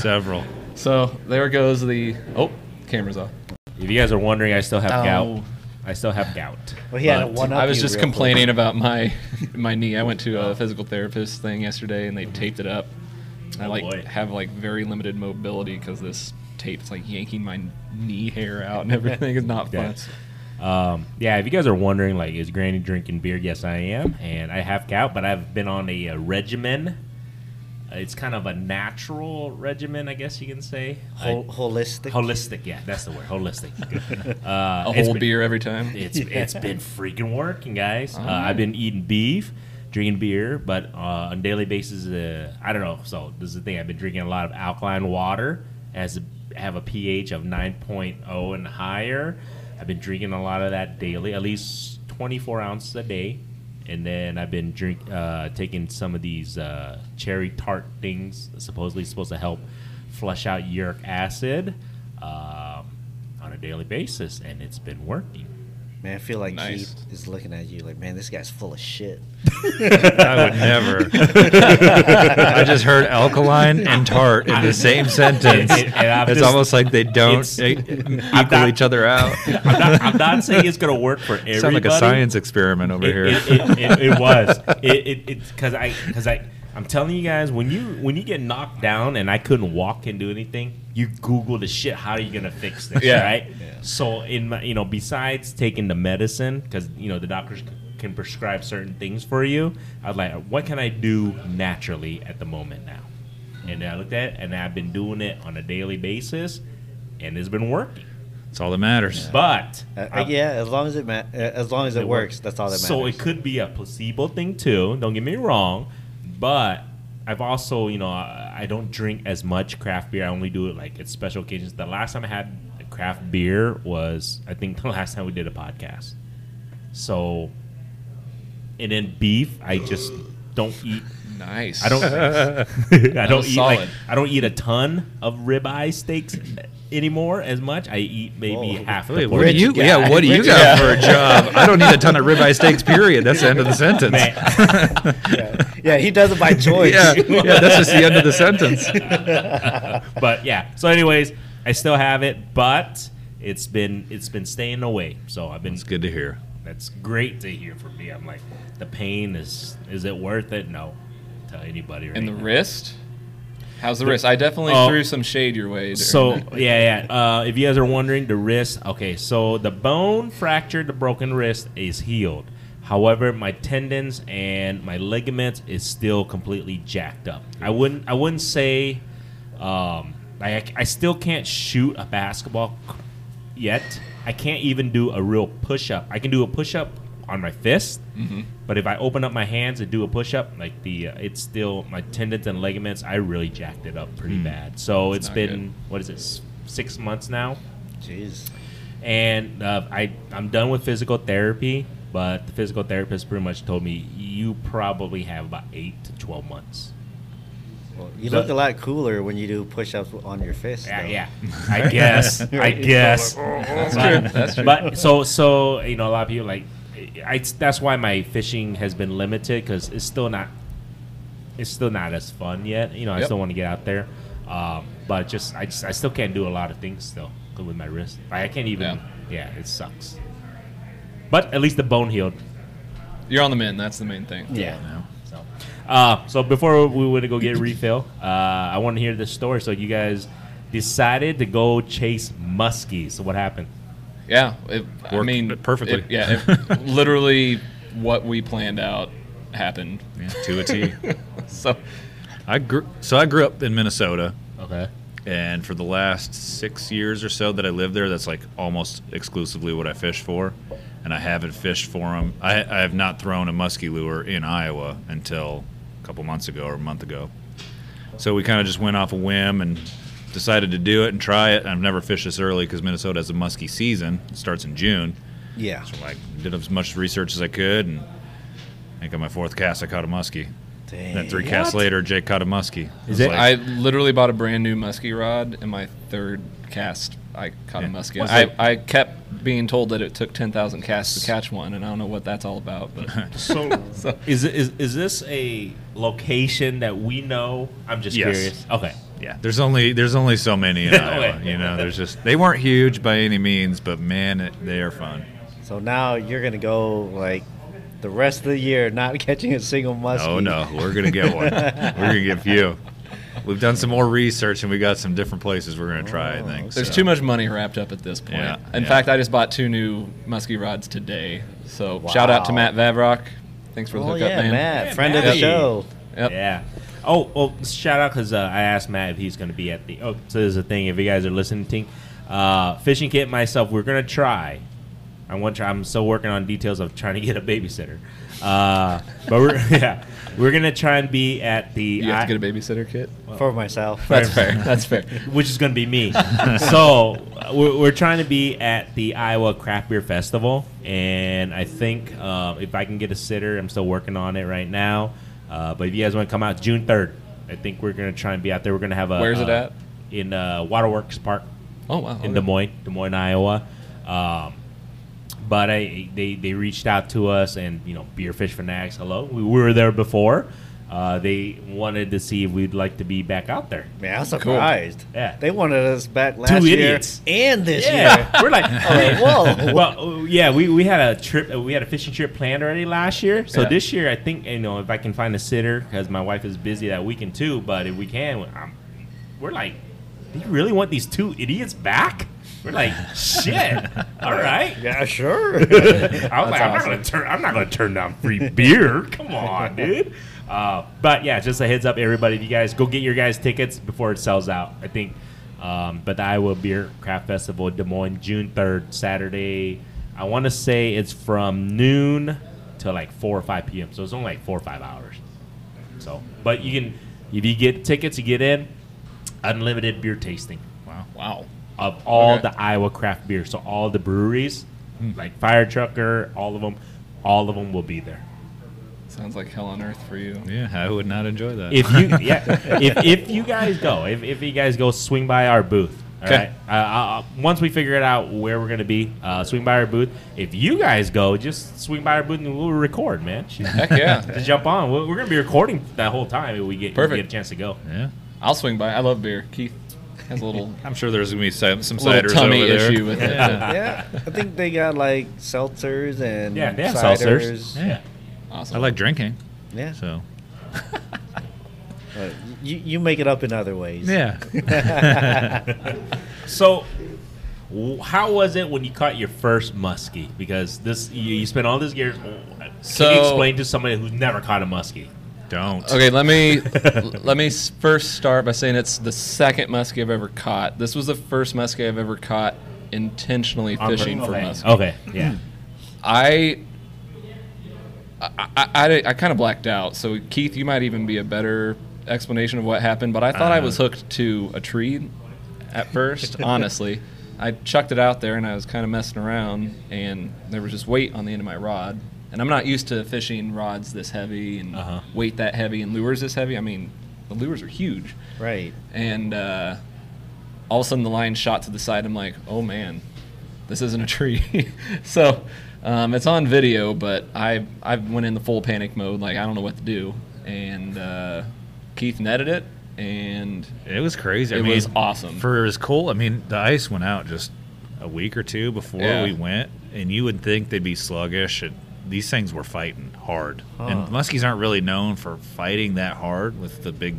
Several. so there goes the oh camera's off If you guys are wondering, I still have Oh. gout. I still have gout. Well, he had a But- one up. I was just complaining about my my knee. I went to a physical therapist thing yesterday, and they taped it up. I Oh, like boy. have like very limited mobility because this tape's like yanking my knee hair out and everything. It's not fun. Yes. Um, yeah, if you guys are wondering, like, is Granny drinking beer? Yes, I am, and I have gout, but I've been on a, uh regimen. Uh, It's kind of a natural regimen, I guess you can say. I- Hol- holistic. holistic, yeah, that's the word. Holistic. A uh, it's whole been- beer every time. It's it's been freaking working, guys. Uh, Alright. I've been eating beef, drinking beer, but uh, on a daily basis, uh, I don't know. So this is the thing. I've been drinking a lot of alkaline water, as have a pH of 9.0 and higher. I've been drinking a lot of that daily, at least 24 ounces a day, and then I've been drink uh, taking some of these uh, cherry tart things, supposedly supposed to help flush out uric acid. Um, on a daily basis, and it's been working. Man, I feel like Nice. Keith is looking at you like, man, this guy's full of shit. I would never. I just heard alkaline and tart in the same sentence. And- and I'm it's just- almost like they don't it's- e- I'm equal not- each other out. I'm not, I'm not saying it's going to work for everybody. Sound like a science experiment over It, here. it, it, it, it was. It it it's because I because I I'm telling you guys when you when you get knocked down and I couldn't walk and do anything, you Google the shit. How are you gonna fix this? Yeah. Right. So in my you know besides taking the medicine because you know the doctors c- can prescribe certain things for you. I was like, what can I do naturally at the moment now? And I looked at it, and I've been doing it on a daily basis, and it's been working. it's all that matters. But Uh, I'm- yeah, as long as it ma- uh, as long as it, it works, works. that's all that matters. So it could be a placebo thing too. Don't get me wrong, but I've also, you know, I I don't drink as much craft beer. I only do it like at special occasions. The last time I had a craft beer was, I think, the last time we did a podcast. So, and then beef, I just don't eat. Nice. I don't. I don't was eat like solid. I don't eat a ton of ribeye steaks anymore as much. I eat maybe Whoa. half. the Wait, what portion. do you? guy. Yeah, what do you Rich guy. got for a job? I don't need a ton of ribeye steaks. Period. That's the end of the sentence. Man. yeah. Yeah, he does it by choice. yeah, yeah, that's just the end of the sentence. but yeah. So, anyways, I still have it, but it's been it's been staying away. So I've been It's good to hear. that's great to hear from me. I'm like, the pain is is it worth it? No, tell anybody. Right And the now. wrist. How's the, wrist? I definitely Oh. threw some shade your way. during So that. yeah, yeah. Uh, if you guys are wondering, the wrist. Okay, so the bone fracture, the broken wrist is healed. However, my tendons and my ligaments is still completely jacked up. I wouldn't. I wouldn't say. Um, I, I still can't shoot a basketball c- yet. I can't even do a real push up. I can do a push up on my fist, Mm-hmm. but if I open up my hands and do a push up, like the uh, it's still my tendons and ligaments. I really jacked it up pretty bad. So it's Hmm. not been good. what is it s- six months now, Jeez. and uh, I I'm done with physical therapy. But the physical therapist pretty much told me you probably have about eight to twelve months. Well, you The- look a lot cooler when you do push-ups on your fist. Yeah, though. yeah. I guess. I Right. guess. that's true. That's true. But so so you know a lot of people like I, that's why my fishing has been limited because it's still not it's still not as fun yet. You know, I Yep. still want to get out there, um, but just I just I still can't do a lot of things still with my wrist. Like, I can't even. Yeah. it sucks. But at least the bone healed. You're on the mend. That's the main thing. Yeah. So, uh, so before we were to go get a refill, uh, I want to hear this story. So you guys decided to go chase muskies. So what happened? Yeah, it, I Worked mean perfectly. it- yeah, it- literally what we planned out happened. Yeah, to a T. So I grew, so I grew up in Minnesota, Okay. and for the last six years or so that I lived there, that's like almost exclusively what I fish for, and I haven't fished for them. I, I have not thrown a musky lure in Iowa until a couple months ago or a month ago. So we kind of just went off a whim and decided to do it and try it. I've never fished this early because Minnesota has a musky season. It starts in June. Yeah. So like did as much research as I could, and I think on my fourth cast I caught a muskie. Then three casts later, Jake caught a muskie. I was it- like, I literally bought a brand new muskie rod, and my third cast, I caught Yeah. a muskie. What's I, that? I kept being told that it took ten thousand casts to catch one, and I don't know what that's all about. But So, is, is is this a location that we know? I'm just Yes. curious. Okay. yeah, there's only there's only so many in Iowa. Wait. You know, there's just they weren't huge by any means, but man, it, they are fun. So now you're gonna go like the rest of the year not catching a single muskie. Oh no, we're gonna get one. we're gonna get a few. We've done some more research and we got some different places we're gonna try. I think there's so. too much money wrapped up at this point. Yeah, In yeah. fact, I just bought two new muskie rods today. So shout out to Wow. Matt Vavrock. Thanks for the Oh hookup, yeah, man. Matt, Yeah, friend of Matt. the show. Yep. Yeah. Oh, well, shout out because uh, I asked Matt if he's going to be at the. Oh, so there's a thing. If you guys are listening, uh, fishing kit myself, we're going to try. I want to. try- I'm still working on details of trying to get a babysitter. Uh, but we're yeah, we're gonna try and be at the. You have I- to get a babysitter kit. For myself. That's fair. That's fair. which is going to be me. so uh, we're, we're trying to be at the Iowa Craft Beer Festival, and I think uh, if I can get a sitter, I'm still working on it right now. Uh, but if you guys want to come out June 3rd, I think we're going to try and be out there. We're going to have a Where's it uh, at? In uh, Waterworks Park Oh wow. in okay. Des Moines, Des Moines, Iowa. Um, but I, they, they reached out to us and, you know, Beerfish Fanatics, hello. We were there before. Uh, they wanted to see if we'd like to be back out there. Man, I was surprised. Yeah. They wanted us back last idiots. year and this year. Yeah, we're like, Like, whoa. well, uh, yeah, we, we had a trip, uh, we had a fishing trip planned already last year. So Yeah. this year, I think you know if I can find a sitter because my wife is busy that weekend too. But if we can, I'm, we're like, do you really want these two idiots back? We're like, shit. All right. yeah, sure. I was like, I'm not gonna turn. I'm not gonna turn down free beer. Come on, dude. Uh, but yeah, just a heads up, everybody. If you guys go get your guys tickets before it sells out, I think. Um, but the Iowa Beer Craft Festival, Des Moines, June third, Saturday. I want to say it's from noon to like four or five p.m. So it's only like four or five hours. So, but you can if you get tickets, you get in unlimited beer tasting Wow. Wow. of all Okay. Hmm. the Iowa craft beer. So all the breweries, like Fire Trucker, all of them, all of them will be there. Sounds like hell on earth for you. Yeah, I would not enjoy that. If you yeah, if, if you guys go, if, if you guys go, swing by our booth. All Okay. right. Uh, I'll- I'll- once we figure it out where we're gonna be, uh, swing by our booth. If you guys go, just swing by our booth and we'll record, man. Just Heck yeah. jump on. We're, we're gonna be recording that whole time if we get, if we Perfect. get a chance to go. yeah, I'll swing by. I love beer. Keith has a little, I'm sure there's gonna be some, some little ciders tummy over there. issue with it. Yeah. yeah. I think they got like seltzers and Yeah, they have ciders. seltzers. Yeah, Awesome. I like drinking, Yeah. so But you, you make it up in other ways. yeah. So, w- how was it when you caught your first muskie? Because this, you, you spent all this years. Can you So- explain to somebody who's never caught a muskie? Don't. Okay, let me let me s- first start by saying it's the second muskie I've ever caught. This was the first muskie I've ever caught intentionally On fishing for okay. muskie. Oh, Okay, Hmm. yeah. I I, I, I, kind of blacked out. So Keith, you might even be a better explanation of what happened. But I thought I Uh. was hooked to a tree at first. honestly, I chucked it out there and I was kind of messing around, and there was just weight on the end of my rod. And I'm not used to fishing rods this heavy and Uh-huh. weight that heavy and lures this heavy. I mean, the lures are huge Right. and uh, all of a sudden the line shot to the side. I'm like, oh man, this isn't a tree. so um, it's on video, but I I went in the full panic mode, like I don't know what to do, and uh, Keith netted it, and It was crazy. I It mean, was awesome. For as cold, I mean, the ice went out just a week or two before Yeah. we went, and you would think they'd be sluggish. And these things were fighting hard, Huh. and muskies aren't really known for fighting that hard with the big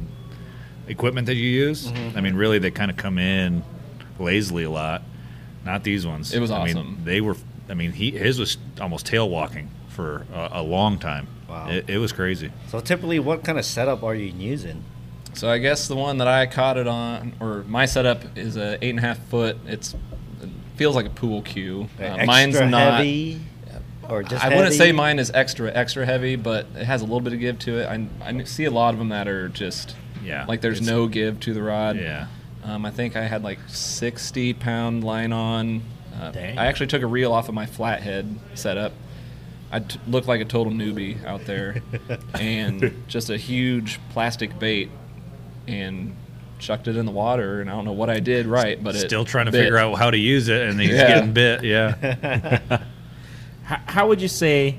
equipment that you use. Mm-hmm. I mean, really, they kind of come in lazily a lot. Not these ones. It was I mean, awesome. they were. I mean, he his was almost tail walking for a, a long time. Wow. It, it was crazy. So typically, what kind of setup are you using? So I guess the one that I caught it on, or my setup is a eight and a half foot. It's it feels like a pool cue. Uh, Extra mine's not. heavy, or just I wouldn't say heavy? mine is extra extra heavy, but it has a little bit of give to it. I, I see a lot of them that are just Yeah, like there's it's- no give to the rod. Yeah. Um, I think I had like 60 pound line on. Uh, Dang. I actually took a reel off of my flathead setup. I t- looked like a total newbie out there, and just a huge plastic bait, and chucked it in the water. And I don't know what I did right, but it Still trying to bit. figure out how to use it, and he's Yeah. getting bit. Yeah. How, how would you say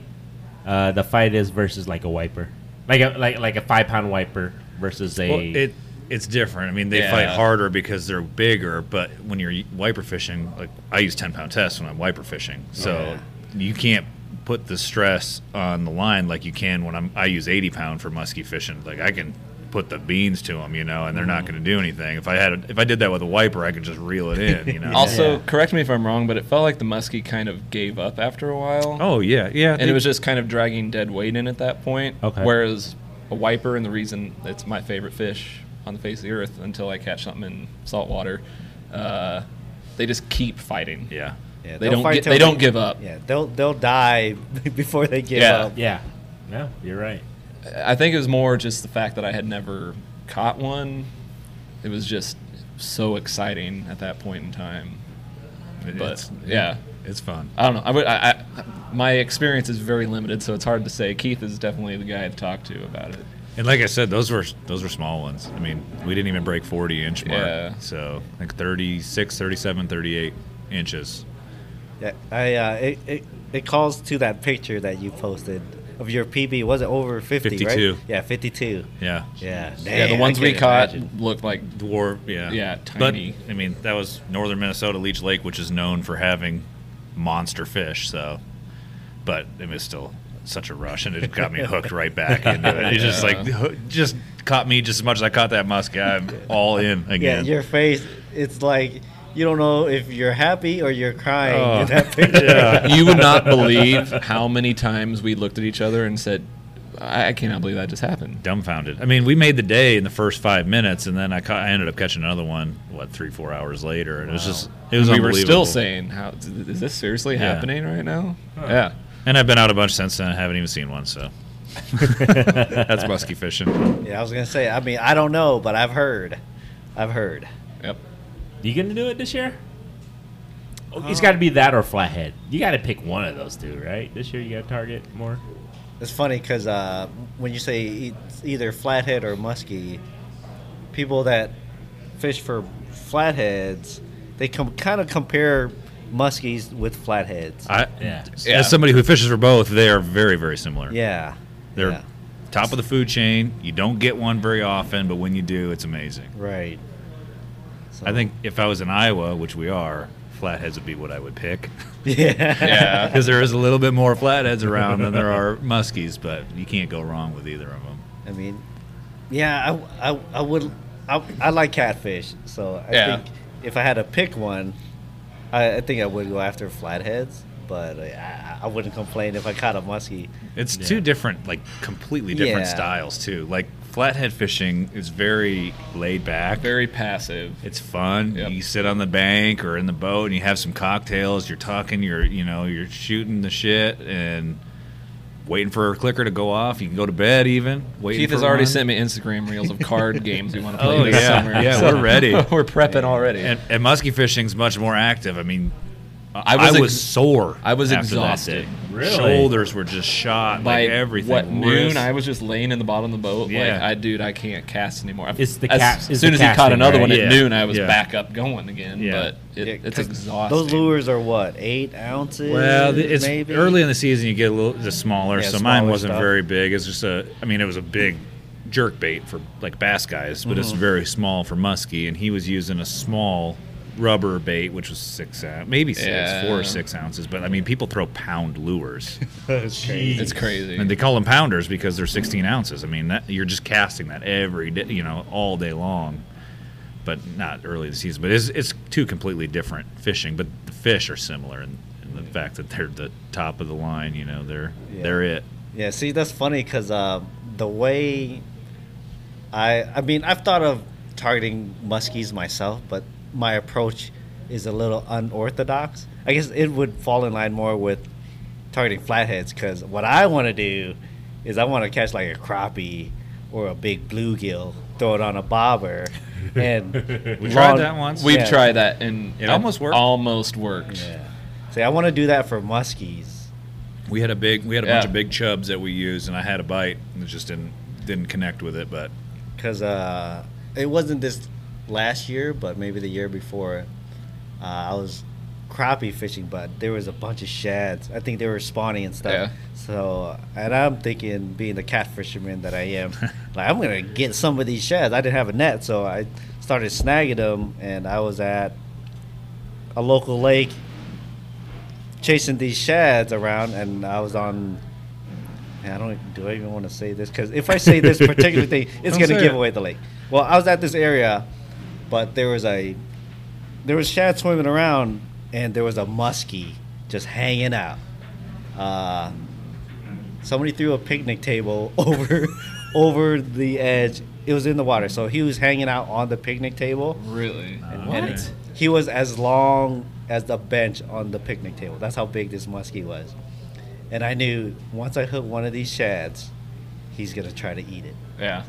uh, the fight is versus like a wiper, like a like like a five pound wiper versus a Well, it it's different. I mean, they Yeah. fight harder because they're bigger. But when you're wiper fishing, like I use ten pound tests when I'm wiper fishing, Oh, so you can't put the stress on the line like you can when I'm I use eighty pound for musky fishing. Like I can put the beans to them, you know, and they're not Mm-hmm. going to do anything. If I had a, if I did that with a wiper, I could just reel it in, you know. Also, Yeah. correct me if I'm wrong, but it felt like the muskie kind of gave up after a while. oh yeah, yeah, and it was just kind of dragging dead weight in at that point. Okay. Whereas a wiper, and the reason it's my favorite fish on the face of the earth until I catch something in salt water, uh, they just keep fighting. yeah. Yeah, They they'll don't fight gi- till they don't give up. Yeah, they'll they'll die before they give Yeah. up. yeah, no, you're right. I think it was more just the fact that I had never caught one. It was just so exciting at that point in time. It's- yeah. it's fun. I don't know. I would. I, I, my experience is very limited, so it's hard to say. Keith is definitely the guy to talk to about it. And like I said, those were those were small ones. I mean, we didn't even break 40 inch mark. Yeah. So like 36, 37, 38 inches. Yeah, I uh, it, it it calls to that picture that you posted of your PB. Was it over fifty? 52. Right? Yeah, fifty-two. Yeah. Yeah, yeah, damn, the I ones we can't caught imagine. looked like Dwarf. Yeah. Yeah, tiny. But I mean, that was northern Minnesota Leech Lake, which is known for having monster fish. So, but it was still such a rush, and it got me hooked right back into it. It just like hoo- just caught me just as much as I caught that musk. I'm all in Yeah, again. your face. It's like you don't know if you're happy or you're crying Oh, in that picture. yeah. you would not believe how many times we looked at each other and said, "I, I cannot believe that just happened." dumbfounded. I mean, we made the day in the first five minutes, and then I caught, I ended up catching another one. What three, four hours later, and it was just it was. we were still unbelievable. saying, "How is this seriously Yeah. happening right now?" Yeah, And I've been out a bunch since then. I haven't even seen one. So that's musky fishing. Yeah, I was gonna say. I mean, I don't know, but I've heard. I've heard. yep. You gonna do it this year? Uh, Oh, it's got to be that or flathead. You got to pick one of those two, right? This year you got to target more. It's funny because uh, when you say it's either flathead or muskie, people that fish for flatheads, they com- kind of compare muskies with flatheads. I, Yeah. Yeah. As somebody who fishes for both, they are very, very similar. yeah, They're yeah, top of the food chain. You don't get one very often, but when you do, it's amazing. right. So, I think if I was in Iowa, which we are, flatheads would be what I would pick. Yeah. Yeah. because there is a little bit more flatheads around than there are muskies, but you can't go wrong with either of them. I mean, yeah, I, I, I would. I, I like catfish, so I Yeah. think if I had to pick one, I, I think I would go after flatheads. But uh, I, I wouldn't complain if I caught a muskie. It's Yeah. two different, like completely different Yeah. styles too. Like flathead fishing is very laid back. Very passive. It's fun. Yep. You sit on the bank or in the boat, and you have some cocktails. You're talking. You're you know you're shooting the shit and waiting for a clicker to go off. You can go to bed even. Waiting Keith has for already one. sent me Instagram reels of card games we want to play Oh this yeah, summer. yeah, So we're ready. we're prepping already. And, and muskie fishing's much more active. I mean, I I was was, I ex- was sore. I was after that exhausted. day. Really? Shoulders were just shot. by like everything. what noon? Wrists. I was just laying in the bottom of the boat. Like, Yeah. I dude, I can't cast anymore. It's the as, cast- As it's the soon as he caught casting, another one right? at Yeah. noon, I was Yeah. back up going again. Yeah. But it, Yeah, it's 'cause exhausting. Those lures are what eight ounces? Well, th- it's maybe? early in the season. You get a little the smaller, Yeah, so mine smaller wasn't stuff. very big. It's just a. I mean, it was a big jerk bait for like bass guys, but it's very small for muskie. And he was using a small rubber bait, which was six ounce, maybe six, Yeah. four or six ounces. But I mean, people throw pound lures, It's crazy. and they call them pounders because they're 16 ounces. I mean, that you're just casting that every day, you know, all day long. But not early in the season. But it's, it's two completely different fishing. But the fish are similar in, in the fact that they're the top of the line. You know, they're Yeah. they're it. Yeah, see, that's funny because the way I, I mean, I've thought of targeting muskies myself, but my approach is a little unorthodox. I guess it would fall in line more with targeting flatheads because what I want to do is I want to catch like a crappie or a big bluegill, throw it on a bobber, and We tried that once. We've Yeah. tried that and It almost worked. Almost worked. Yeah. See, I want to do that for muskies. We had a big, we had a Yeah. bunch of big chubs that we used, and I had a bite and it just didn't didn't connect with it. But because uh, it wasn't this last year, but maybe the year before. Uh, I was crappie fishing, but there was a bunch of shads. I think they were spawning and stuff. Yeah. So, and I'm thinking, being the cat fisherman that I am, like I'm gonna get some of these shads. I didn't have a net, so I started snagging them, and I was at a local lake chasing these shads around, and I was on. Man, I don't. Do I even want to say this? Because if I say this particular thing, it's Don't gonna say give it. away the lake. Well, I was at this area, but there was a there was shad swimming around, and there was a muskie just hanging out. Uh, somebody threw a picnic table over over the edge. It was in the water, so he was hanging out on the picnic table. Really? And he was as long as the bench on the picnic table. That's how big this muskie was. And I knew once I hook one of these shads, he's gonna try to eat it. Yeah.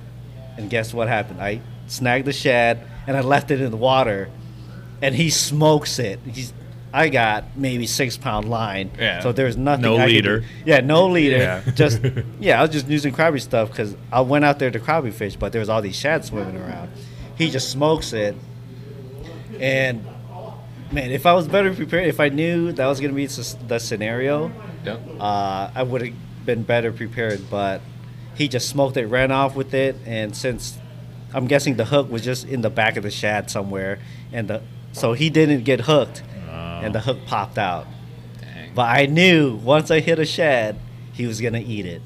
And guess what happened? I snagged the shad and I left it in the water, and he smokes it. He's I got maybe six pound line, Yeah. so there's nothing. No I could leader. do. Yeah, no leader. Yeah. Just yeah, I was just using crappie stuff because I went out there to crappie fish, but there was all these shad swimming around. He just smokes it, and man, if I was better prepared, if I knew that was gonna be s- the scenario, Yep. uh, I would have been better prepared, but he just smoked it, ran off with it, and since I'm guessing the hook was just in the back of the shad somewhere, and the so he didn't get hooked, and the hook popped out. Dang. But I knew once I hit a shad, he was gonna eat it,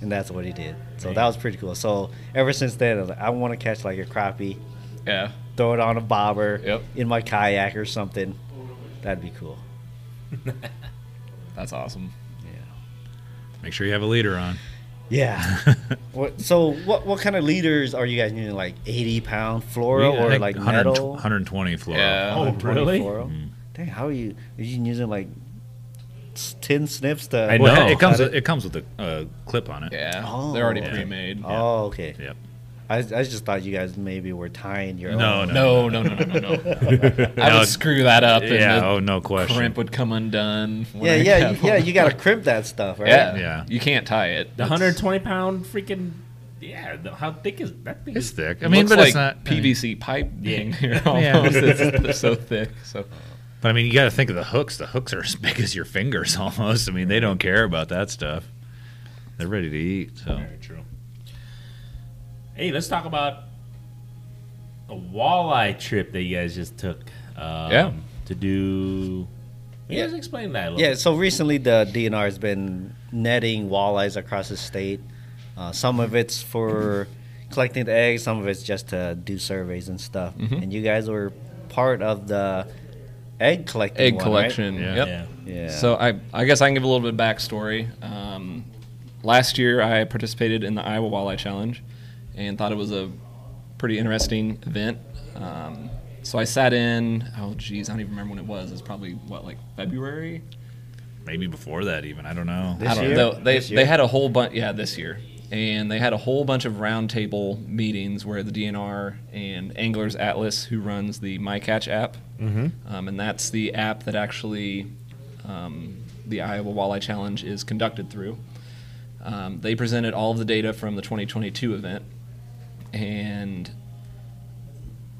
and that's what he did. So that was pretty cool. So ever since then, I, was like, I want to catch like a crappie, Yeah. throw it on a bobber Yep. in my kayak or something. That'd be cool. That's awesome. make sure you have a leader on. Yeah. what, so what what kind of leaders are you guys using? Like eighty pound fluoro We- I or think like 120 metal? 120 fluoro. Yeah. Oh, 120 really? Fluoro? Mm. Dang, how are you? Are you using like s- tin snips to? I Well, know. it comes it comes with a uh, clip on it. Yeah. Oh. They're already Yeah. pre-made. Oh, okay. Yep. I, I just thought you guys maybe were tying your No, own. No, no, no, no, no, no. I No. would screw that up and Yeah. the Oh, no question. crimp would come undone. when Yeah, I yeah, got you, home. yeah. You gotta crimp that stuff, right? Yeah. Yeah. You can't tie it. The 120 pound freaking yeah. The, how thick is that thing? It's Is thick. I I mean, mean, but like it's not I mean- PVC pipe being here Yeah. almost. It's, they're so thick. So But I mean, you got to think of the hooks. The hooks are as big as your fingers almost. I mean, they don't care about that stuff. They're ready to eat. So Very true. Hey, let's talk about a walleye trip that you guys just took. Um, Yeah. To do. You guys explain that a little. Yeah, so recently the DNR has been netting walleyes across the state. Uh, some of it's for collecting the eggs, some of it's just to do surveys and stuff. Mm-hmm. And you guys were part of the egg collecting. egg one, right? collection. Yeah. Yep. Yeah. Yeah. So I, I guess I can give a little bit of backstory. Um, last year, I participated in the Iowa Walleye Challenge, and thought it was a pretty interesting event. Um, so I sat in. Oh, geez, I don't even remember when it was. It's probably what like February. maybe before that, even I don't know. This I don't year? know. They, This they year? had a whole bunch, yeah, this year. And they had a whole bunch of roundtable meetings where the DNR and Anglers Atlas, who runs the MyCatch app, Mm-hmm. um, and that's the app that actually um, the Iowa Walleye Challenge is conducted through. Um, they presented all of the data from the 2022 event, and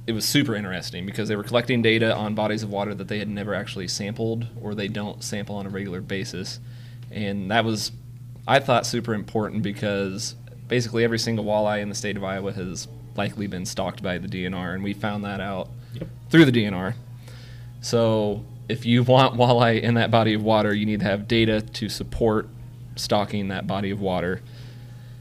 it was super interesting because they were collecting data on bodies of water that they had never actually sampled or they don't sample on a regular basis. And that was, I thought, super important because basically every single walleye in the state of Iowa has likely been stalked by the DNR, and we found that out through the DNR. So if you want walleye in that body of water, you need to have data to support stocking that body of water.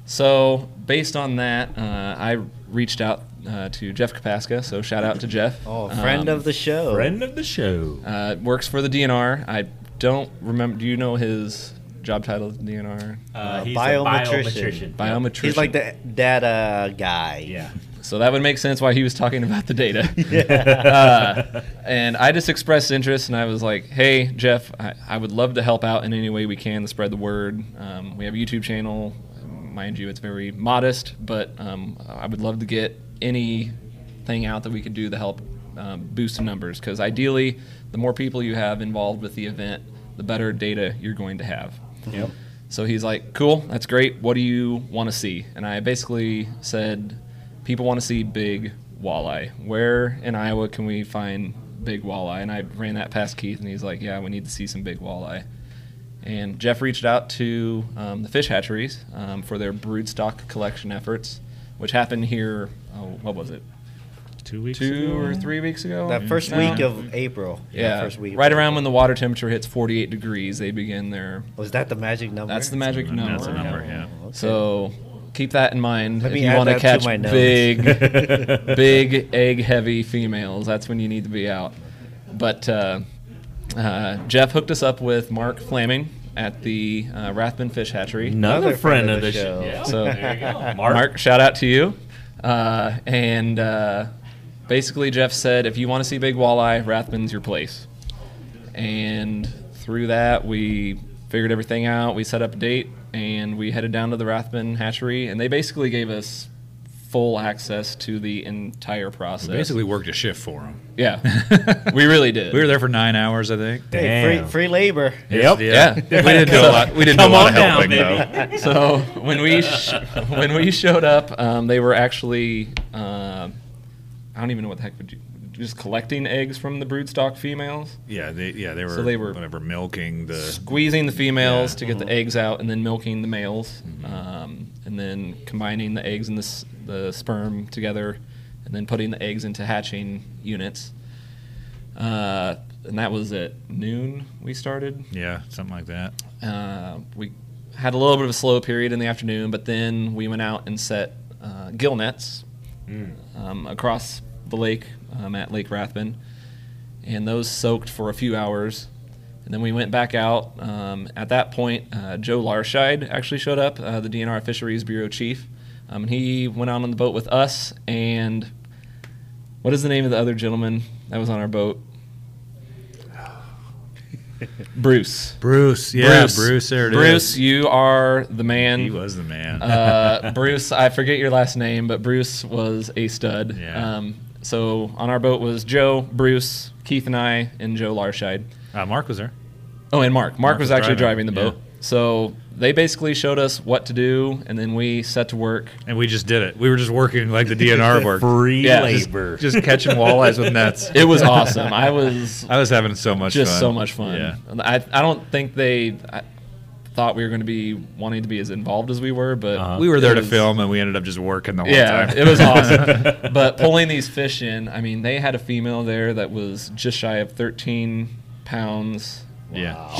So based on that, uh, I reached out uh, to Jeff Kapaska. So shout out to Jeff. Oh, friend Um, of the show. Friend of the show. uh, works for the DNR. I don't remember. Do you know his job title? at the DNR Uh, he's biometrician. a biometrician. biometrician. He's like the data guy. Yeah. So that would make sense why he was talking about the data. uh, and I just expressed interest, and I was like, "Hey, Jeff, I, I would love to help out in any way we can to spread the word. Um, we have a YouTube channel, mind you, it's very modest, but um, I would love to get anything out that we could do to help um, boost the numbers. Because ideally, the more people you have involved with the event, the better data you're going to have." Yep. So he's like, "Cool, that's great. What do you want to see?" And I basically said, "People want to see big walleye. Where in Iowa can we find big walleye?" And I ran that past Keith, and he's like, "Yeah, we need to see some big walleye." And Jeff reached out to um, the fish hatcheries um, for their broodstock collection efforts, which happened here. Oh, what was it? Two weeks. Two ago? or three weeks ago? That first No. week of April. that yeah, First week. of right around April. when the water temperature hits 48 degrees, they begin their. Was that the magic number? That's the magic number. Oh, That's a number, yeah. Okay. So keep that in mind Let if me you add want to that to catch my notes. big, big egg-heavy females. That's when you need to be out. But uh, uh, Jeff hooked us up with Mark Flaming at the uh, Rathbun Fish Hatchery. Another friend of the show. Yeah, So- there you go. Mark. Mark. shout out to you. Uh, and uh, basically, Jeff said, if you want to see big walleye, Rathman's your place. And through that, we figured everything out. We set up a date, and we headed down to the Rathman hatchery, and they basically gave us full access to the entire process. Basically worked a shift for him. yeah, we really did. We were there for nine hours, I think. Hey, Damn. free, free labor. Yep. Yeah. we didn't do a lot. We didn't do Come a lot on of down, helping baby. though. so when we sh- when we showed up, um, they were actually uh, I don't even know what the heck would you just collecting eggs from the broodstock females, Yeah, they yeah they were. So they were- whatever milking the. squeezing the females Yeah. to get the eggs out, and then milking the males, um, and then combining the eggs and the s- the sperm together, and then putting the eggs into hatching units. Uh, and that was at noon we started. Yeah, something like that. uh, we had a little bit of a slow period in the afternoon, but then we went out and set uh, gill nets um, across the lake um, at Lake Rathbun, and those soaked for a few hours. And then we went back out. Um, at that point, uh, Joe Larshide actually showed up, uh, the DNR Fisheries Bureau chief. Um, and he went out on the boat with us. And what is the name of the other gentleman that was on our boat? Bruce. Bruce, yeah, Bruce, there it is. Bruce, you are the man. he was the man. uh, Bruce, I forget your last name, but Bruce was a stud. Yeah. Um, so on our boat was Joe, Bruce, Keith, and I, and Joe Larshide. Uh, Mark was there. Oh, and Mark. Mark, Mark was, was actually driving, driving, the yeah. boat. So they basically showed us what to do, and then we set to work. And we just did it. We were just working like the DNR work. Free Yeah, just- labor. just catching walleyes with nets. It was awesome. I was I was having so much just fun. so much fun. Yeah. And I, I don't think they I thought we were going to be wanting to be as involved as we were, but Uh-huh. We were it there to was- film and we ended up just working the whole yeah, time. it was awesome. but pulling these fish in, I mean, they had a female there that was just shy of 13 pounds, Yeah. almost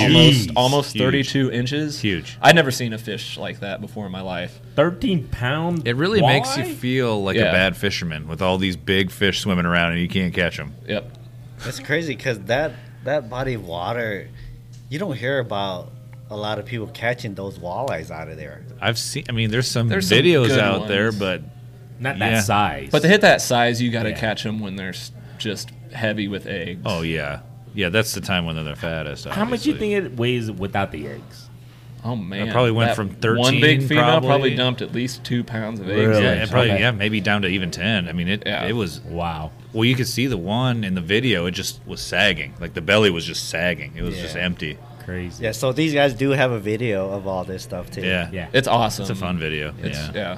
Jeez. almost Huge. 32 inches. Huge. I'd never seen a fish like that before in my life. 13 pound. It really makes you walleye? feel like Yeah. a bad fisherman with all these big fish swimming around and you can't catch them. Yep. That's crazy because that that body of water, you don't hear about a lot of people catching those walleyes out of there. I've seen, I mean, there's some There's some videos good out there, ones. but Not that Yeah. size. But to hit that size, you got to Yeah. 'em catch them when they're s- just heavy with eggs. oh, yeah. Yeah, that's the time when they're the fattest. How much do you obviously. think it weighs without the eggs? Oh man. That probably went That from One 13 big female probably, probably. dumped at least two pounds of eggs. Really? Yeah, it probably, Okay. yeah, maybe down to even 10. I mean, it, Yeah. it was, Wow. well, you could see the one in the video, it just was sagging. Like the belly was just sagging, it was Yeah. just empty. Crazy. Yeah, so these guys do have a video of all this stuff too. Yeah. Yeah. It's awesome. It's a fun video. It's, yeah. yeah.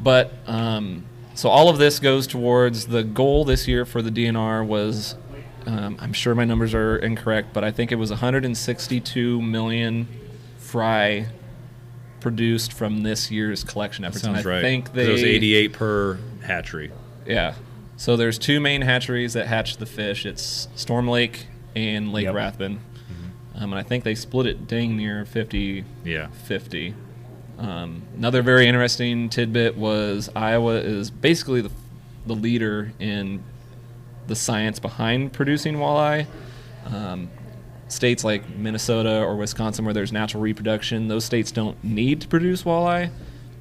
But um, so all of this goes towards the goal this year for the DNR was, um, I'm sure my numbers are incorrect, but I think it was 162 million fry produced from this year's collection That efforts. sounds and I right. think 'Cause they it was 88 per hatchery. Yeah. So there's two main hatcheries that hatch the fish. It's Storm Lake and Lake Yep. Rathbun. Mm-hmm. Um, and I think they split it dang near 50 Yeah. 50. Um, another very interesting tidbit was Iowa is basically the, the leader in the science behind producing walleye. Um, states like Minnesota or Wisconsin, where there's natural reproduction, those states don't need to produce walleye,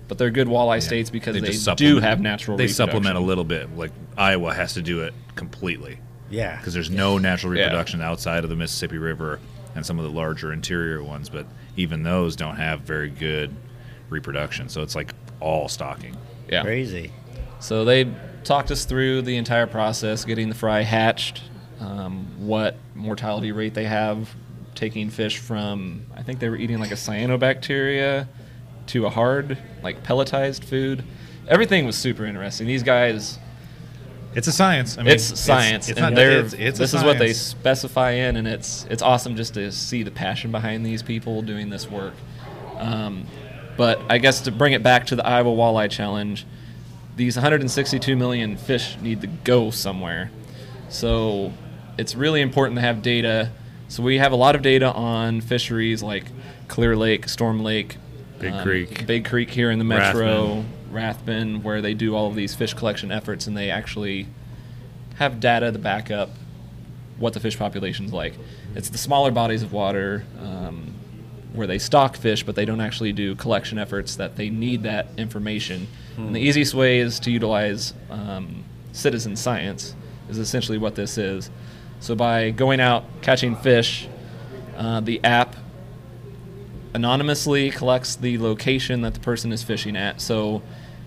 but they're good walleye states because they, just do supplement- have natural They reproduction. supplement a little bit. Like Iowa has to do it completely Yeah. because there's no natural Yeah. reproduction outside of the Mississippi River and some of the larger interior ones. But even those don't have very good reproduction. So it's like all stocking. Yeah. Crazy. So they talked us through the entire process, getting the fry hatched, um, what mortality rate they have, taking fish from I think they were eating like a cyanobacteria to a hard, like pelletized food. Everything was super interesting. These guys, It's a science. I mean, it's science, It's, and not, they're, it's, it's a this is what they science. specify in, and it's it's awesome just to see the passion behind these people doing this work. Um, but I guess to bring it back to the Iowa Walleye Challenge, these 162 million fish need to go somewhere. So it's really important to have data. So we have a lot of data on fisheries like Clear Lake, Storm Lake, um, Big Creek. Big Creek here in the metro, Rathbun. Rathbun, where they do all of these fish collection efforts and they actually have data to back up what the fish population's like. It's the smaller bodies of water um, where they stock fish, but they don't actually do collection efforts that they need that information. And the easiest way is to utilize um, citizen science, is essentially what this is. So by going out catching fish, uh, the app anonymously collects the location that the person is fishing at. So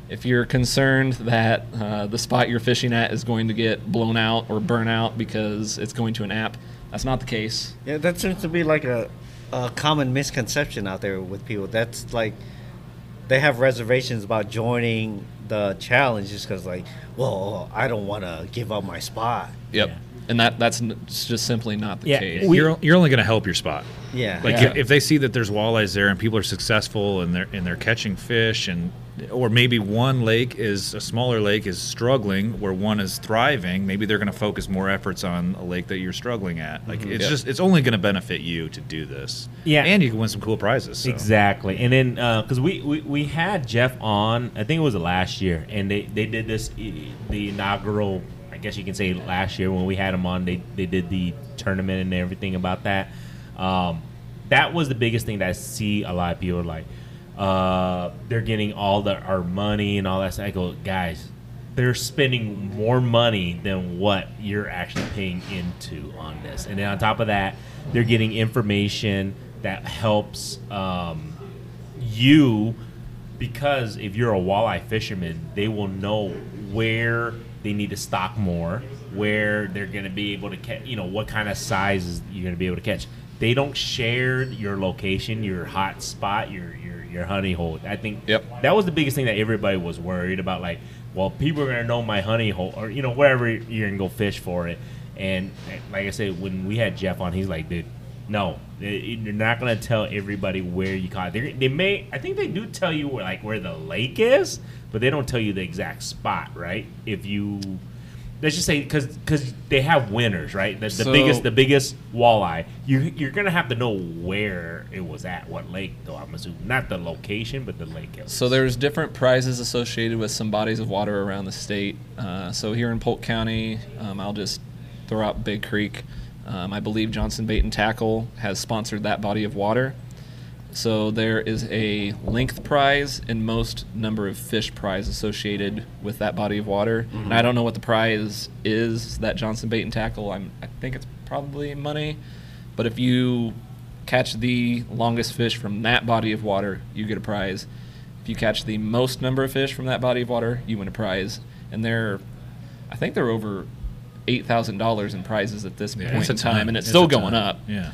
if you're concerned that uh, the spot you're fishing at is going to get blown out or burn out because it's going to an app, that's not the case. Yeah, that seems to be like a, a common misconception out there with people. That's like they have reservations about joining the challenge just because, like, well, I don't want to give up my spot. Yep. And that that's n- it's just simply not the Yeah, case. we- you're, you're only going to help your spot. Yeah. Like Yeah. if, if they see that there's walleyes there and people are successful and they're and they're catching fish and or maybe one lake is a smaller lake is struggling where one is thriving, maybe they're going to focus more efforts on a lake that you're struggling at. Like it's Yeah. just it's only going to benefit you to do this. Mm-hmm. Yeah. and you can win some cool prizes. so. Exactly, and then because we, we we had Jeff on, I think it was last year, and they they did this e- the inaugural, I guess you can say last year when we had him on, they they did the tournament and everything about that. Um, that was the biggest thing that I see a lot of people like, uh, they're getting all the our money and all that. stuff. I go, guys, they're spending more money than what you're actually paying into on this. And then on top of that, they're getting information that helps um, you because if you're a walleye fisherman, they will know where they need to stock more, where they're going to be able to catch, you know, what kind of sizes you're going to be able to catch. They don't share your location, your hot spot, your your your honey hole. I think Yep. that was the biggest thing that everybody was worried about. Like, well, people are gonna know my honey hole, or you know, wherever you're gonna go fish for it. And eh, like I said, when we had Jeff on, he's like, dude, no, eh, you're not gonna tell everybody where you caught. They they may, I think they do tell you where like where the lake is, but they don't tell you the exact spot, right? If you Let's just say because they have winners, right? The, the So- biggest, the biggest walleye. You you're gonna have to know where it was at, what lake, though. I'm assuming not the location, but the lake. it was So there's different prizes associated with some bodies of water around the state. Uh, so here in Polk County, um, I'll just throw out Big Creek. Um, I believe Johnson Bait and Tackle has sponsored that body of water. So there is a length prize and most number of fish prize associated with that body of water. And I Mm-hmm. don't know what the prize is that Johnson Bait and Tackle. I'm, I think it's probably money, but if you catch the longest fish from that body of water, you get a prize. If you catch the most number of fish from that body of water, you win a prize. And they're, I think they're over eight thousand dollars in prizes at this Yeah, point it's a in time, ton. and it's, It's still a ton. going up. Yeah.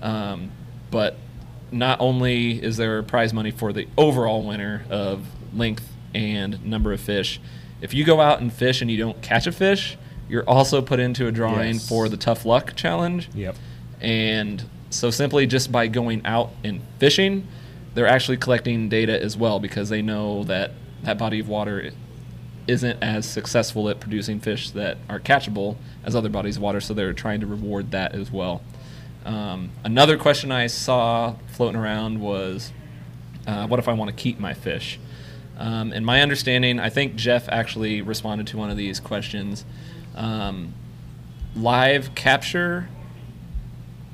Um, but not only is there prize money for the overall winner of length and number of fish, if you go out and fish and you don't catch a fish, you're also put into a drawing Yes. for the tough luck challenge. Yep. And so simply just by going out and fishing, they're actually collecting data as well because they know that that body of water isn't as successful at producing fish that are catchable as other bodies of water, so they're trying to reward that as well. Um, another question I saw floating around was, uh, "What if I want to keep my fish?" Um, and my understanding, I think Jeff actually responded to one of these questions. Um, live capture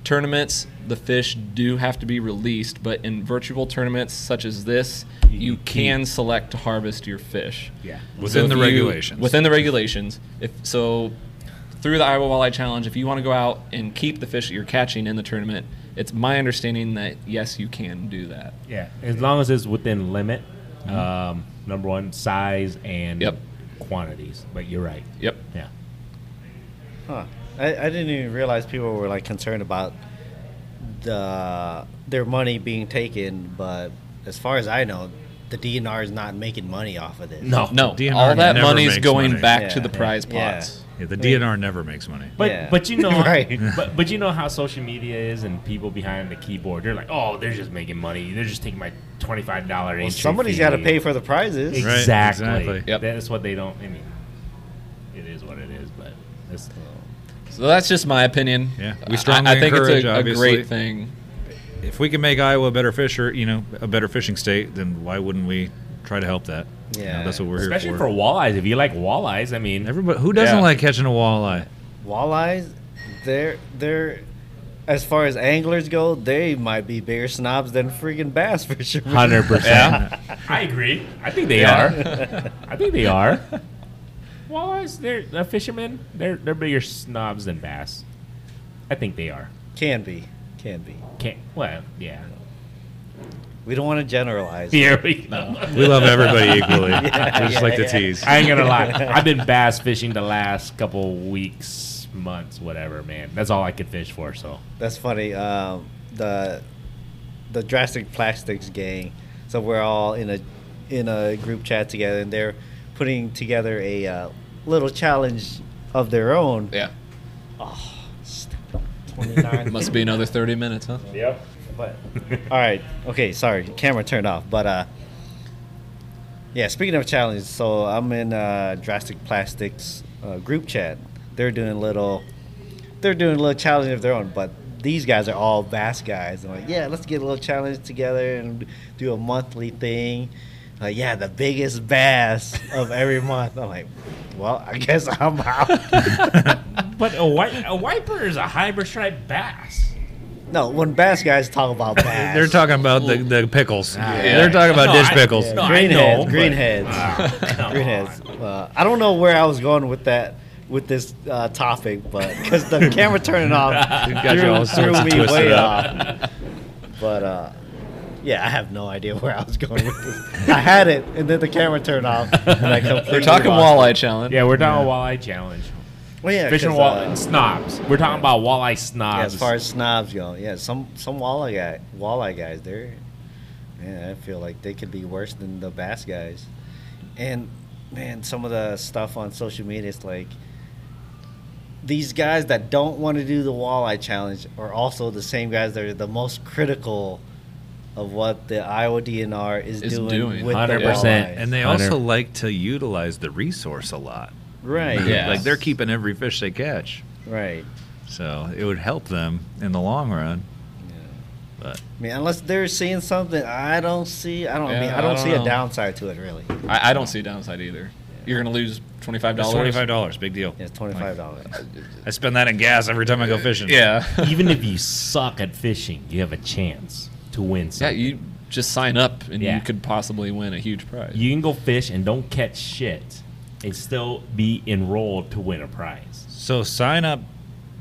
tournaments, the fish do have to be released, but in virtual tournaments such as this, you can select to harvest your fish. Yeah. Within if the you- regulations. Within the regulations. If so, through the Iowa Walleye Challenge, if you want to go out and keep the fish that you're catching in the tournament, it's my understanding that yes, you can do that. Yeah, as long as it's within limit. Um, number one, size and Mm-hmm. Yep. quantities. But you're right. Yep. Yeah. Huh. I, I didn't even realize people were like concerned about the their money being taken, but as far as I know, the DNR is not making money off of this. No. No, DNR all that never money's makes going money. back to Yeah. the prize Yeah. pots. Yeah, the DNR never makes money. But Yeah. but you know Right. but but you know how social media is and people behind the keyboard they're like oh they're just making money they're just taking my twenty five dollar Well, somebody's got to pay for the prizes. Right, exactly, exactly. Yep. that's what they don't I mean it is what it is but it's, So that's just my opinion. Yeah. we We strongly strongly I, I think encourage, it's a, a obviously. great thing. If we can make Iowa a better fisher, you know, a better fishing state, then why wouldn't we try to help that? You know, Yeah. that's what we're especially here for for. walleyes if you like walleyes I mean Everybody, who doesn't Yeah. like catching a walleye? Walleyes, they're they're as far as anglers go, they might be bigger snobs than freaking bass fishermen. hundred percent Yeah. I agree I think they Yeah. are I think they are walleyes they're, they're fishermen they're they're bigger snobs than bass I think they are Can be, can be. can't well yeah We don't want to generalize. here we go. We love everybody equally. Yeah, we just yeah, like to yeah. tease. I ain't gonna lie. I've been bass fishing the last couple weeks, months, whatever, man. That's all I could fish for. So That's funny. Um, the the drastic plastics gang. So we're all in a in a group chat together, and they're putting together a uh, little challenge of their own. Yeah, Stupid. 29. must be another thirty minutes, huh? yep. But all right, okay, sorry, camera turned off. But uh, yeah, speaking of challenges, so I'm in uh, Drastic Plastics uh, group chat. They're doing little, they're doing a little challenge of their own. But these guys are all bass guys. I'm like, yeah, let's get a little challenge together and do a monthly thing. Like, yeah, the biggest bass of every month. I'm like, well, I guess I'm out. But a wi- a wiper is a hybrid stripe bass. no, when bass guys talk about bass, They're talking about the, the pickles. Yeah. They're talking about No, dish I- pickles. no, I Greenheads, know, but- greenheads. Ah, Greenheads. Uh, I don't know where I was going with that, with this uh, topic, but because the camera turning off got you all threw, threw sorts of me twisted way up. off. But uh, yeah, I have no idea where I was going with this. I had it, and then the camera turned off. And I We're completely talking lost it. walleye challenge. Yeah, we're talking walleye challenge. Well, yeah, Fishing 'cause, walleye uh, snobs. We're talking about walleye yeah, snobs. as far as snobs go, yeah, some some walleye guy, walleye guys, they're, man, I feel like they could be worse than the bass guys, and man, some of the stuff on social media is like, these guys that don't want to do the walleye challenge are also the same guys that are the most critical of what the Iowa DNR is, Is doing, doing, with 100%. the walleye. And they Hunter. also like to utilize the resource a lot. right, Yeah. Like they're keeping every fish they catch. right. So it would help them in the long run. But I mean, unless they're seeing something I don't see, I don't I mean, Yeah, I don't, I don't see know. a downside to it really. I, I don't see a downside either. You're gonna lose twenty five it's dollars. twenty five dollars, big deal. Yeah, It's twenty five dollars. I spend that in gas every time I go fishing. Yeah. Even if you suck at fishing, you have a chance to win. yeah. Something. You just sign up and Yeah. you could possibly win a huge prize. you can go fish and don't catch shit, and still be enrolled to win a prize. So sign up.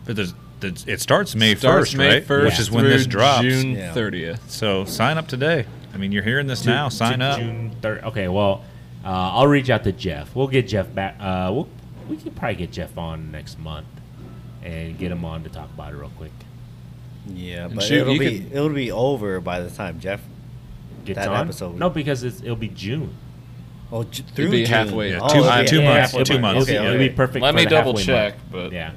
but there's- there's- It starts May Starts first, May right? 1st Which is when this through drops. June Yeah. thirtieth. So sign up today. I mean, you're hearing this to- now. to Sign up. June third. Okay, well, uh, I'll reach out to Jeff. We'll get Jeff back. Uh, we'll, we can probably get Jeff on next month and get him on to talk about it real quick. Yeah, And but shoot, it'll you be could- it'll be over by the time Jeff. Get That on? episode we- No, because it's, it'll be June. Oh, j- through be June. halfway. Yeah, Oh, uh, it'll two- be- Uh, two yeah, months, halfway two month. months. It'll, be, Okay, it'll be okay. perfect. Let for me the double halfway check, month. but yeah,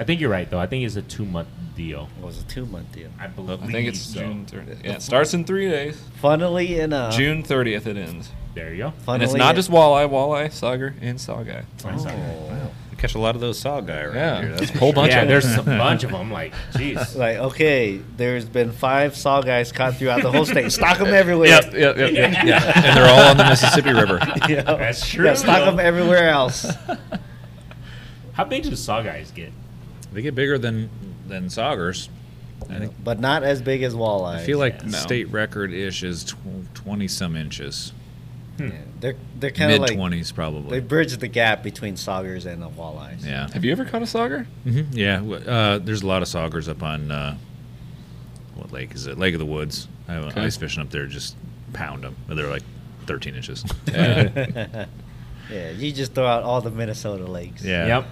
I think you're right though. I think it's a two month deal. It was a two month deal. I believe. I think it's so. Uh, June 30th. Yeah, it starts in three days. Funnily enough, June 30th it ends. There you go. Funnily And it's not just walleye, walleye, sauger, and sawguy. Oh. You catch a lot of those saw guy right Yeah. here. That's A whole bunch yeah, of there's them. a bunch of them. Like, jeez. Like okay, there's been five saw guys caught throughout the whole state. Stock them everywhere. Yep, yep, yep, yep, yeah. and they're all on the Mississippi River. Yeah. That's true, Yeah, stock them though. everywhere else. How big do saw guys get? They get bigger than than saugers. I think. but not as big as walleye. I feel like No. state record ish is tw- twenty some inches, they're they're kind of mid like twenties they probably. bridge the gap between saugers and the walleyes. Yeah, Have you ever caught a sauger? hmm yeah. w- Uh, there's a lot of saugers up on uh, what lake is it? Lake of the Woods. I went Okay. ice fishing up there. Just pound them. They're like thirteen inches. Yeah, you just throw out all the Minnesota lakes. yeah. Yep.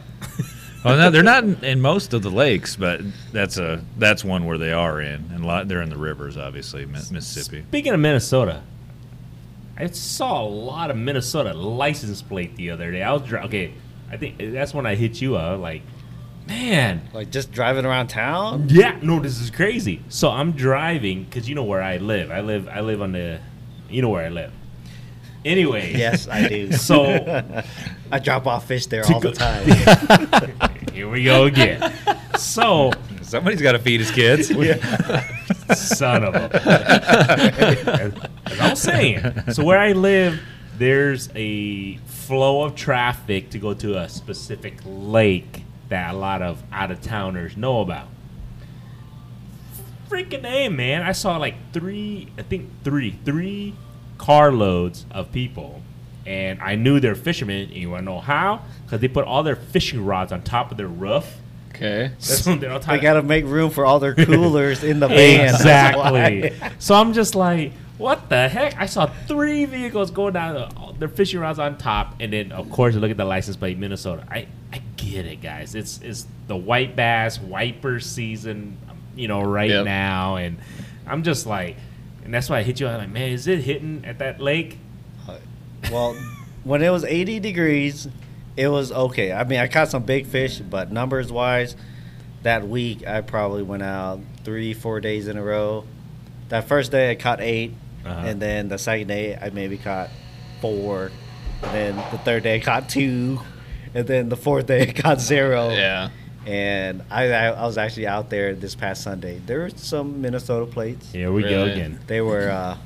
Well, Oh, no, they're not in, in most of the lakes, but that's a that's one where they are in, and a lot they're in the rivers, obviously, Mi- Mississippi. Speaking of Minnesota, I saw a lot of Minnesota license plate the other day. I was dri- okay. I think that's when I hit you up. Like, man, Like just driving around town. Yeah, no, this is crazy. So I'm driving because you know where I live. I live, I live on the, you know where I live. Anyway, Yes, I do. So I drop off fish there To all the go- time. here we go again. So Somebody's got to feed his kids. son of a. As I was saying, so where I live, there's a flow of traffic to go to a specific lake that a lot of out of towners know about. Freaking A, man. I saw like three, I think three, three carloads of people. And I knew they're fishermen. And you want to know how? Because they put all their fishing rods on top of their roof. Okay. So they're all tied They gotta make room for all their coolers in the van. that's Exactly. why. so I'm just like, what the heck? I saw three vehicles going down. The, their fishing rods on top, and then of course you look at the license plate, Minnesota. I, I get it, guys. It's it's the white bass wiper season, you know, right Yep. now, and I'm just like, and that's why I hit you. I'm like, man, is it hitting at that lake? Well, when it was 80 degrees, it was okay. I mean, I caught some big fish, but numbers wise, that week I probably went out three, four days in a row. That first day I caught 8 Uh-huh. and then the second day I maybe caught four, and then the third day I caught two, and then the fourth day I caught zero. Yeah. And I, I, I was actually out there this past Sunday. There were some Minnesota plates. Here we go Really? again. They were, uh,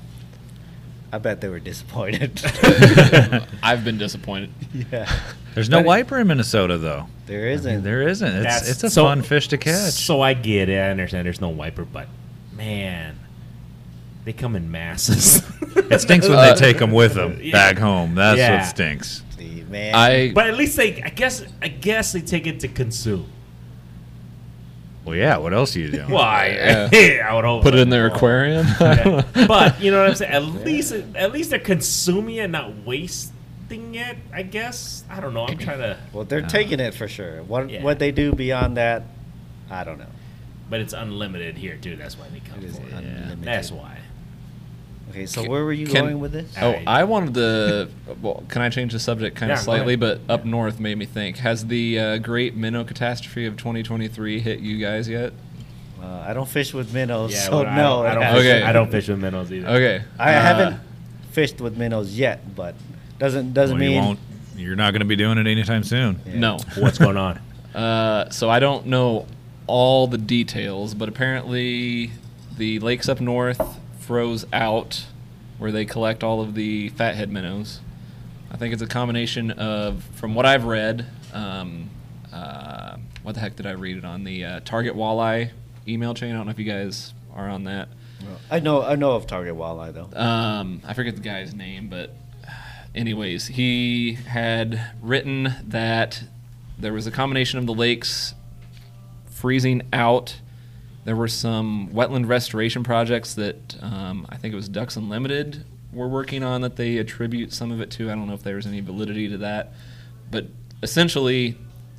I bet they were disappointed. I've been disappointed. yeah, There's no wiper in Minnesota though. there isn't. There isn't. It's, That's- it's a so- fun fish to catch. So I get it. I understand. There's no wiper, but man, they come in masses. it stinks when Uh, they take them with them yeah. back home. That's Yeah. what stinks. See, man. I But at least they, I guess, I guess they take it to consume. Well, yeah. What else are you doing? Why? I would hope. put it in their aquarium. Yeah. But you know what I'm saying. At least, at least they're consuming it, not wasting it. I guess. I don't know. I'm trying to, well, they're taking it for sure. What Yeah. what they do beyond that, I don't know. but it's unlimited here too. That's why they come It is for it. unlimited. That's why. Okay, so where were you Can- going with this? Oh, Alright. I wanted to. Well, can I change the subject kind Yeah, of go slightly? But ahead. up north made me think. Has the uh, great minnow catastrophe of 2023 hit you guys yet? Uh, I don't fish with minnows, Yeah. Oh, so well, no. I don't, I don't, haven't- fish, Okay. I don't fish with minnows either. Okay. I uh, haven't fished with minnows yet, but doesn't doesn't Well, you mean won't. You're not going to be doing it anytime soon. Yeah. No. What's going on? Uh, so I don't know all the details, but apparently the lakes up north froze out where they collect all of the fathead minnows. I think it's a combination of, from what I've read, um, uh, what the heck did I read it on? The uh, Target Walleye email chain. I don't know if you guys are on that. I know I know of target walleye though. Um, I forget the guy's name, but uh, anyways, he had written that there was a combination of the lakes freezing out. There were some wetland restoration projects that um, I think it was Ducks Unlimited were working on that they attribute some of it to. I don't know if there's any validity to that, but essentially,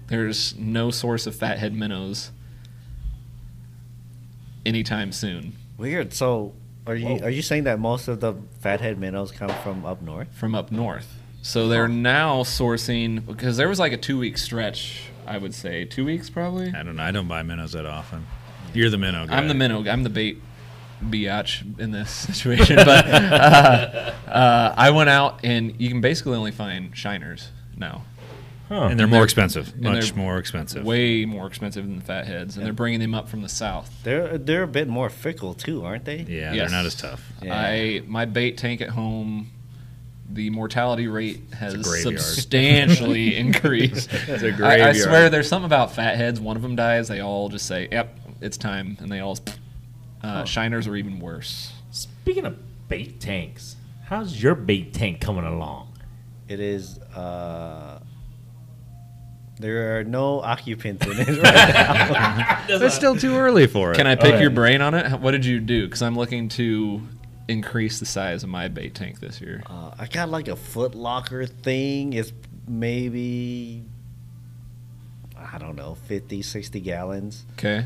there's no source of fathead minnows anytime soon Weird. So are you are you saying that most of the fathead minnows come from up north? from up north. So they're now sourcing because there was like a two week stretch, I would say, two weeks probably. I don't know. I don't buy minnows that often. You're the minnow guy. I'm the minnow. I'm the bait biatch in this situation. but uh, uh, I went out and you can basically only find shiners now. And they're more they're- expensive. they're Much more expensive. Way more expensive than the fatheads, and they're bringing them up from the south. They're they're a bit more fickle too, aren't they? yeah, Yes. they're not as tough. Yeah. I my bait tank at home, the mortality rate has graveyard. substantially increased. It's a I, I swear, there's something about fatheads. One of them dies, they all just say, "Yep, it's time," and they all. Uh, Shiners are even worse. Speaking of bait tanks, how's your bait tank coming along? It is. Uh, there are no occupants in it right now. It's still too early for it. Can I All pick right. your brain on it? How- What did you do? Because I'm looking to increase the size of my bait tank this year. Uh, I got like a Foot Locker thing. It's maybe I don't know, 50, 60 gallons. Okay.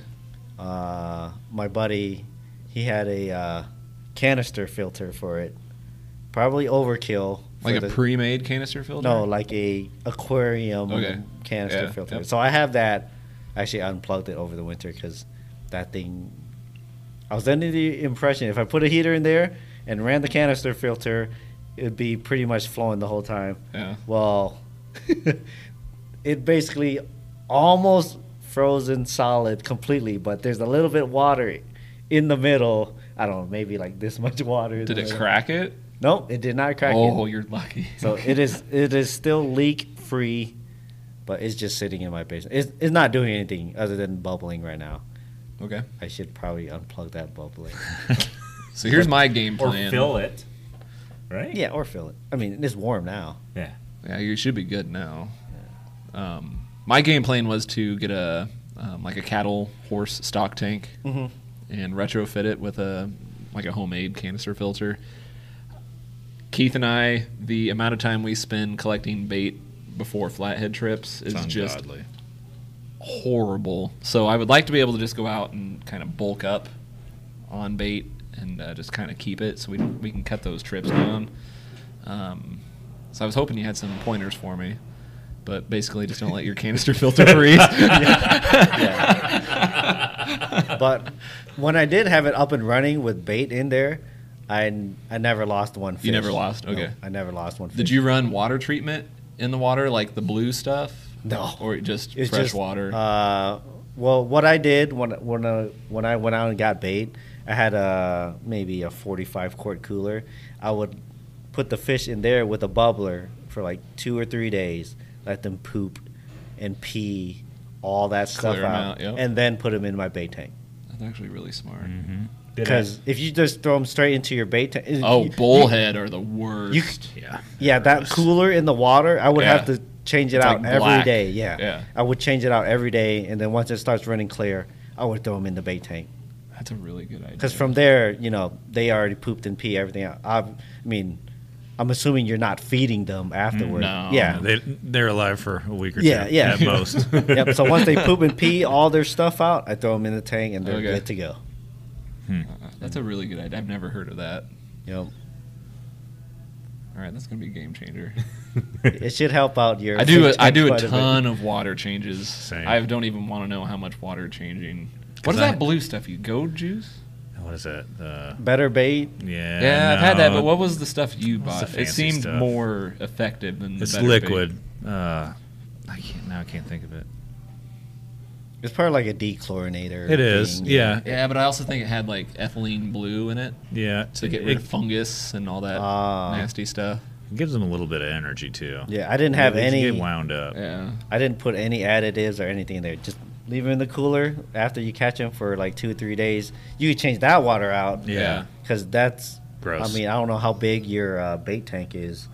Uh, my buddy, he had a uh, canister filter for it. Probably overkill. for Like a the- pre-made canister filter. No, like a aquarium Okay. canister Yeah, filter. yep. So I have that. Actually, I unplugged it over the winter because that thing. I was under the impression if I put a heater in there and ran the canister filter, it'd be pretty much flowing the whole time. Yeah. Well, it basically almost frozen solid completely, but there's a little bit water in the middle. I don't know, maybe like this much water. in Did the it middle. crack it? Nope, it did not crack. it. Oh, you're lucky. So it is it is still leak free, but it's just sitting in my basement. It's, it's not doing anything other than bubbling right now. okay. I should probably unplug that bubbling. So here's my game Or plan. fill it, right? yeah, or fill it. I mean, it's warm now. Yeah. Yeah, you should be good now. Um, my game plan was to get a um, like a cattle horse stock tank and retrofit it with a like a homemade canister filter. Keith and I, the amount of time we spend collecting bait before flathead trips is It's just ungodly. horrible. So I would like to be able to just go out and kind of bulk up on bait and uh, just kind of keep it so we we can cut those trips down. Um, so I was hoping you had some pointers for me, but basically just don't let your canister filter freeze. But when I did have it up and running with bait in there, I n- I never lost one fish. never lost? No, Okay. I never lost one fish. Did you run water treatment in the water like the blue stuff? No. or just It's fresh just, water. Uh, well, what I did when when uh, when I went out and got bait, I had a maybe a forty-five quart cooler. I would put the fish in there with a bubbler for like two or three days, let them poop and pee all that stuff Clear 'em out, out, yep. and then put them in my bait tank. That's actually really smart. Mm-hmm. Did Because if you just throw them straight into your bait tank, Oh, you- bullhead are the worst. Yeah. yeah, that cooler in the water, I would Yeah. have to change it It's out like every day. black. Yeah. Yeah. I would change it out every day, and then once it starts running clear, I would throw them in the bait tank. That's a really good idea. Because from there, you know, they already pooped and pee everything out. I've, I mean, I'm assuming you're not feeding them afterward. no. Yeah. They, they're alive for a week or two Yeah, yeah. at most. yep. So once they poop and pee all their stuff out, I throw them in the tank, and they're Okay. good to go. Uh, That's a really good idea. I've never heard of that. You All right, that's gonna be a game changer. know, it should help out your. I do. A, fish I tank do a quite bit. ton of water changes. Same. I don't even want to know how much water changing. What 'Cause is I- that blue stuff? You go juice? what is that? Uh, Better bait. yeah. Yeah, I've had that. no, But what was the stuff you What's the bought? It fancy seemed stuff? more effective than the It's Better liquid. Uh, I can't now. I can't think of it. It's probably like a dechlorinator. It is. thing. Yeah. Bait. Yeah, but I also think it had like ethylene blue in it Yeah. to get rid it, of fungus and all that Ah. nasty stuff. gives them a little bit of energy too. Yeah. I didn't have They just any. get wound up. Yeah. I didn't put any additives or anything in there. Just leave them in the cooler after you catch them for like two or three days. You can change that water out. Yeah. Yeah. Because that's. Gross. I mean, I don't know how big your uh, bait tank is.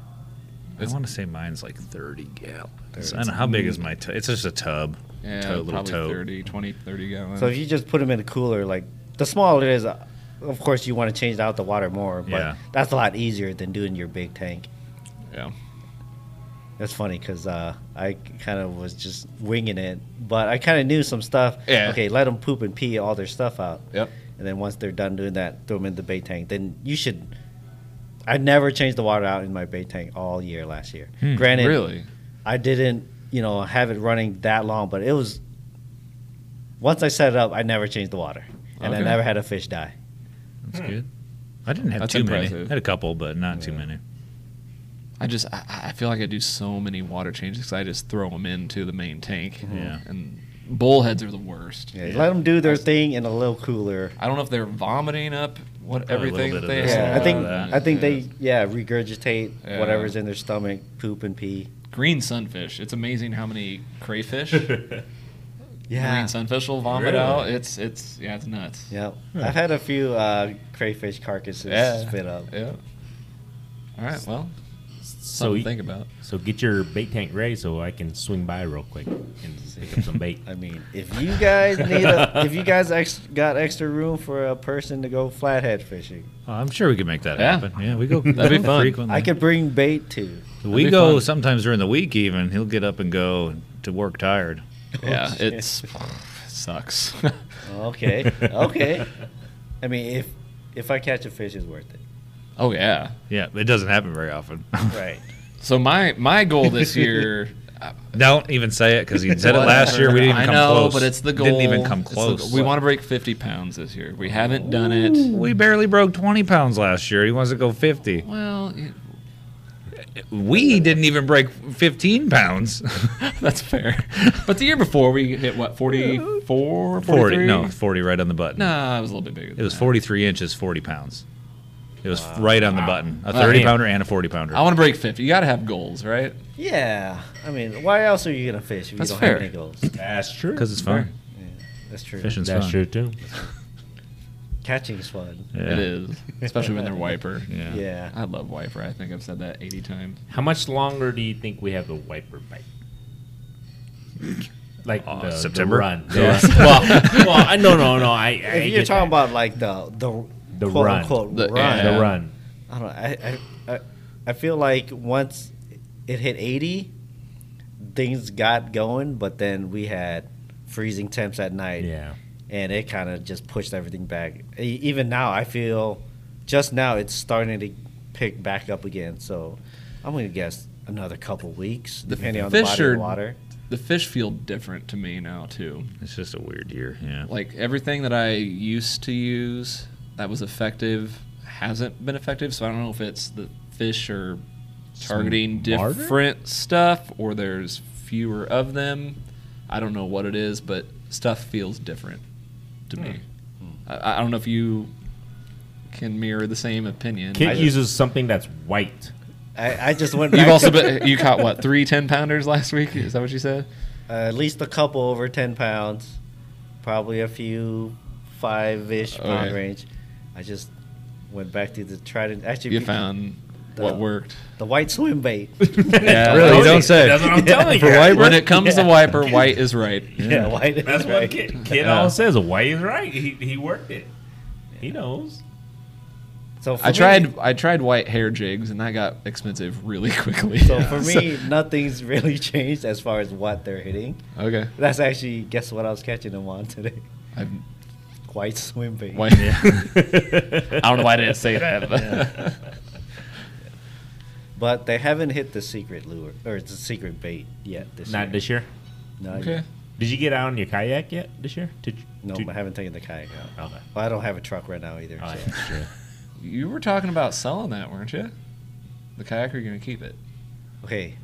I want to say mine's like 30 gallons. I don't know how big is my. T- it's just a tub. Yeah, Tote, little probably tote. thirty, twenty, thirty 30, 20, 30 gallons. So if you just put them in a cooler, like the smaller it is, uh, of course you want to change out the water more. But Yeah. that's a lot easier than doing your big tank. yeah. That's funny because uh, I kind of was just winging it, but I kind of knew some stuff. Yeah. Okay, let them poop and pee all their stuff out. Yep. And then once they're done doing that, throw them in the bait tank. Then you should. I never changed the water out in my bait tank all year last year. Granted, Really? I didn't, you know, have it running that long, but it was once I set it up, I never changed the water, and I Okay. never had a fish die. That's good. I didn't Hmm. have That's too many. impressive. I had a couple, but not too many. I just I, I feel like I do so many water changes 'cause I just throw them into the main tank. Yeah. And bullheads are the worst. Mm-hmm. Yeah, Let them do their thing in a little cooler. I don't know if they're vomiting up what Probably a little everything bit that of they this, have. Yeah, I think that. I think Yeah. they yeah regurgitate Yeah. whatever's in their stomach, poop and pee. green sunfish. It's amazing how many crayfish Yeah, green sunfish will vomit Really? out. It's it's yeah, it's nuts. yeah. I've had a few uh, crayfish carcasses Yeah. spit up. Yeah. All right. Well, So something you- to think about. so get your bait tank ready so I can swing by real quick and pick up some bait. I mean, if you guys need a, if you guys ex- got extra room for a person to go flathead fishing, Oh, I'm sure we could make that Yeah. happen. Yeah, we go. That'd be fun. Frequently. I could bring bait too. we be go fun. sometimes during the week. Even he'll get up and go to work tired. Yeah, shit. it's sucks. Okay, okay. I mean, if if I catch a fish, it's worth it. oh yeah. Yeah, it doesn't happen very often. Right. So my my goal this year. Don't even say it because he said it last year. We didn't even I come know, close. but it's the goal. Didn't even come It's the- close. we want to break 50 pounds this year. We haven't done it. We barely broke 20 pounds last year. He wants to go 50. Well, yeah, We didn't even break 15 pounds. that's fair. But the year before we hit what 44, 40. 43? No, 40 right on the button. Nah, it was a little bit bigger. It than was that. 43 inches, 40 pounds. It was right on the button. A Wow. 30 Damn. pounder and a 40 pounder. I want to break 50. You got to have goals, right? Yeah. I mean, why else are you gonna fish if That's you don't fair. have any goals? That's true. Because it's fun. That's true. Fishing's That's fun. true too. Catching's fun. Yeah. It is, especially when they're wiper. Yeah. Yeah. I love wiper. I think I've said that 80 times. How much longer do you think we have the wiper bite? Like Uh, the, the September? run. The Yeah. run. well, well, I, no, no, no. I, I If you're get talking that. about like the the, The quote run. unquote The- run, yeah. the run, I don't know. I, I, I, I feel like once it hit 80, things got going, but then we had freezing temps at night. yeah, And it kind of just pushed everything back. E- Even now, I feel just now it's starting to pick back up again. So I'm going to guess another couple weeks, The depending on the body fisher- of water. The fish feel different to me now, too. It's just a weird year. Yeah. Like everything that I used to use that was effective hasn't been effective. So I don't know if it's the fish are targeting Smarter? different stuff or there's fewer of them. I don't know what it is, but stuff feels different to me. I, I don't know if you can mirror the same opinion. Kit I- uses something that's white. I, I just went back You've also to, been, you caught what three 10 pounders last week? Is that what you said? uh, at least a couple over 10 pounds, probably a few five ish pound Okay. range. I just went back to the trident. Actually, You be- found The- what worked. the white swim bait. Yeah, Really, Told don't you. say. That's what I'm telling For you. wiper? When it comes Yeah. to wiper, white is right. yeah, white. is That's right. what Kid, Kid Yeah. always says. White is right. He, he worked it. He knows. So for I me- tried I tried white hair jigs and that got expensive really quickly. So for me, nothing's really changed as far as what they're hitting. okay, That's actually guess what I was catching them on today. I, White swim bait. white, I I don't know why I didn't say that. But But they haven't hit the secret lure or the secret bait yet this Not year. this year. Not okay, yet. Did you get out on your kayak yet this year? Did, No, did- I haven't taken the kayak out. Okay. Well, I don't have a truck right now either. Oh, yeah, so. that's true. you were talking about selling that, weren't you? The kayak, or you're gonna keep it? Okay,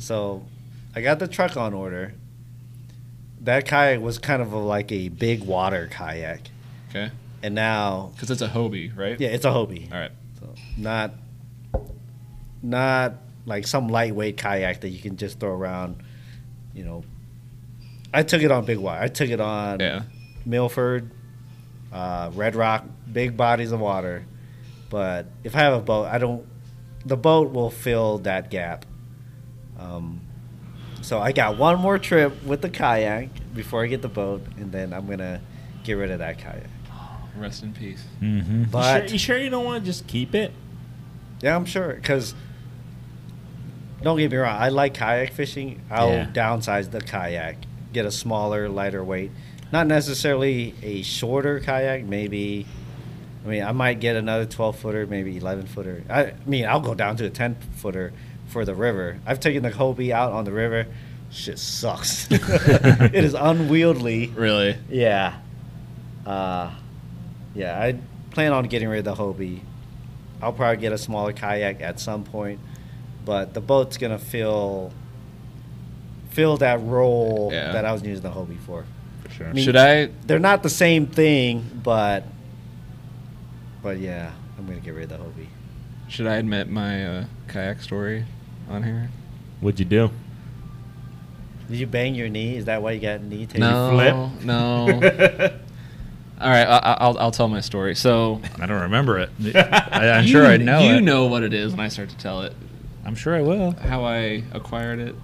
so I got the truck on order. That kayak was kind of a, like a big water kayak, Okay, and now because it's a Hobie, right? yeah, it's a Hobie. All right. So not not like some lightweight kayak that you can just throw around, you know. I took it on Big Water. I took it on Yeah. Milford, uh, Red Rock, big bodies of water. But if I have a boat, I don't the boat will fill that gap. Um, so I got one more trip with the kayak before I get the boat and then I'm gonna get rid of that kayak. Rest in peace. Mm-hmm. But But you sure you don't want to just keep it? Yeah, I'm sure. Because don't get me wrong, I like kayak fishing. I'll Yeah. downsize the kayak, get a smaller, lighter weight. Not necessarily a shorter kayak. Maybe, I mean, I might get another 12 footer, maybe 11 footer. I, I mean, I'll go down to a 10 footer for the river. I've taken the Kobe out on the river. Shit sucks. it is unwieldy. Really? Yeah. Uh, yeah, I plan on getting rid of the Hobie. I'll probably get a smaller kayak at some point, but the boat's gonna fill fill that role Yeah. that I was using the Hobie for. for sure. I mean, Should I? They're not the same thing, but but yeah, I'm gonna get rid of the Hobie. Should I admit my uh, kayak story on here? What'd you do? Did you bang your knee? Is that why you got knee tape? no, flip? no. All right, I, I'll I'll tell my story. So I don't remember it. I, I'm sure I know You it. know what it is when I start to tell it. I'm sure I will. How I acquired it.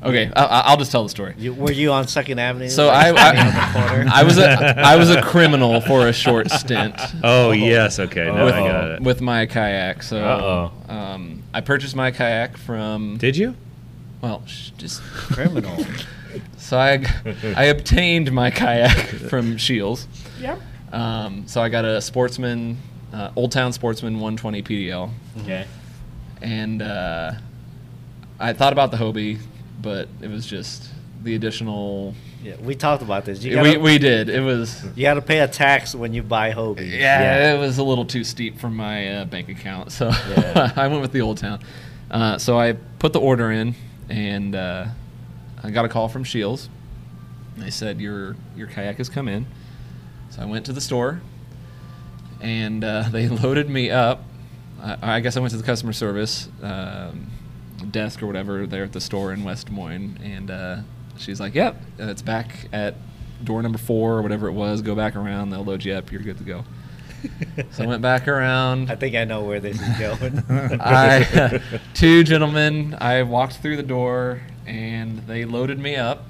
Okay, I, I- I'll just tell the story. You, were you on Second Avenue? So like, I, standing on the corner? I, I was a I was a criminal for a short stint Oh, yes. Okay. Now Oh. I got it. with my kayak. So Uh-oh. um, I purchased my kayak from Did you? well, sh- just criminal. so I I obtained my kayak from Shields. Yep. Um, so I got a Sportsman, uh, Old Town Sportsman 120 PDL. Okay. and uh, I thought about the Hobie, but it was just the additional. yeah, we talked about this. You we gotta, we did. It was you gotta pay a tax when you buy Hobie. yeah, it was a little too steep for my uh, bank account, so Yeah. I went with the old town. Uh, so I put the order in, and uh, I got a call from Shields. They said your your kayak has come in, so I went to the store, and uh, they loaded me up. I, I guess I went to the customer service um, desk or whatever there at the store in West Des Moines, and uh, she's like, "Yep, uh, it's back at." Door number four or whatever it was, go back around. They'll load you up. You're good to go. So I went back I around. think I know where this is going. I, uh, two gentlemen, I walked through the door and they loaded me up.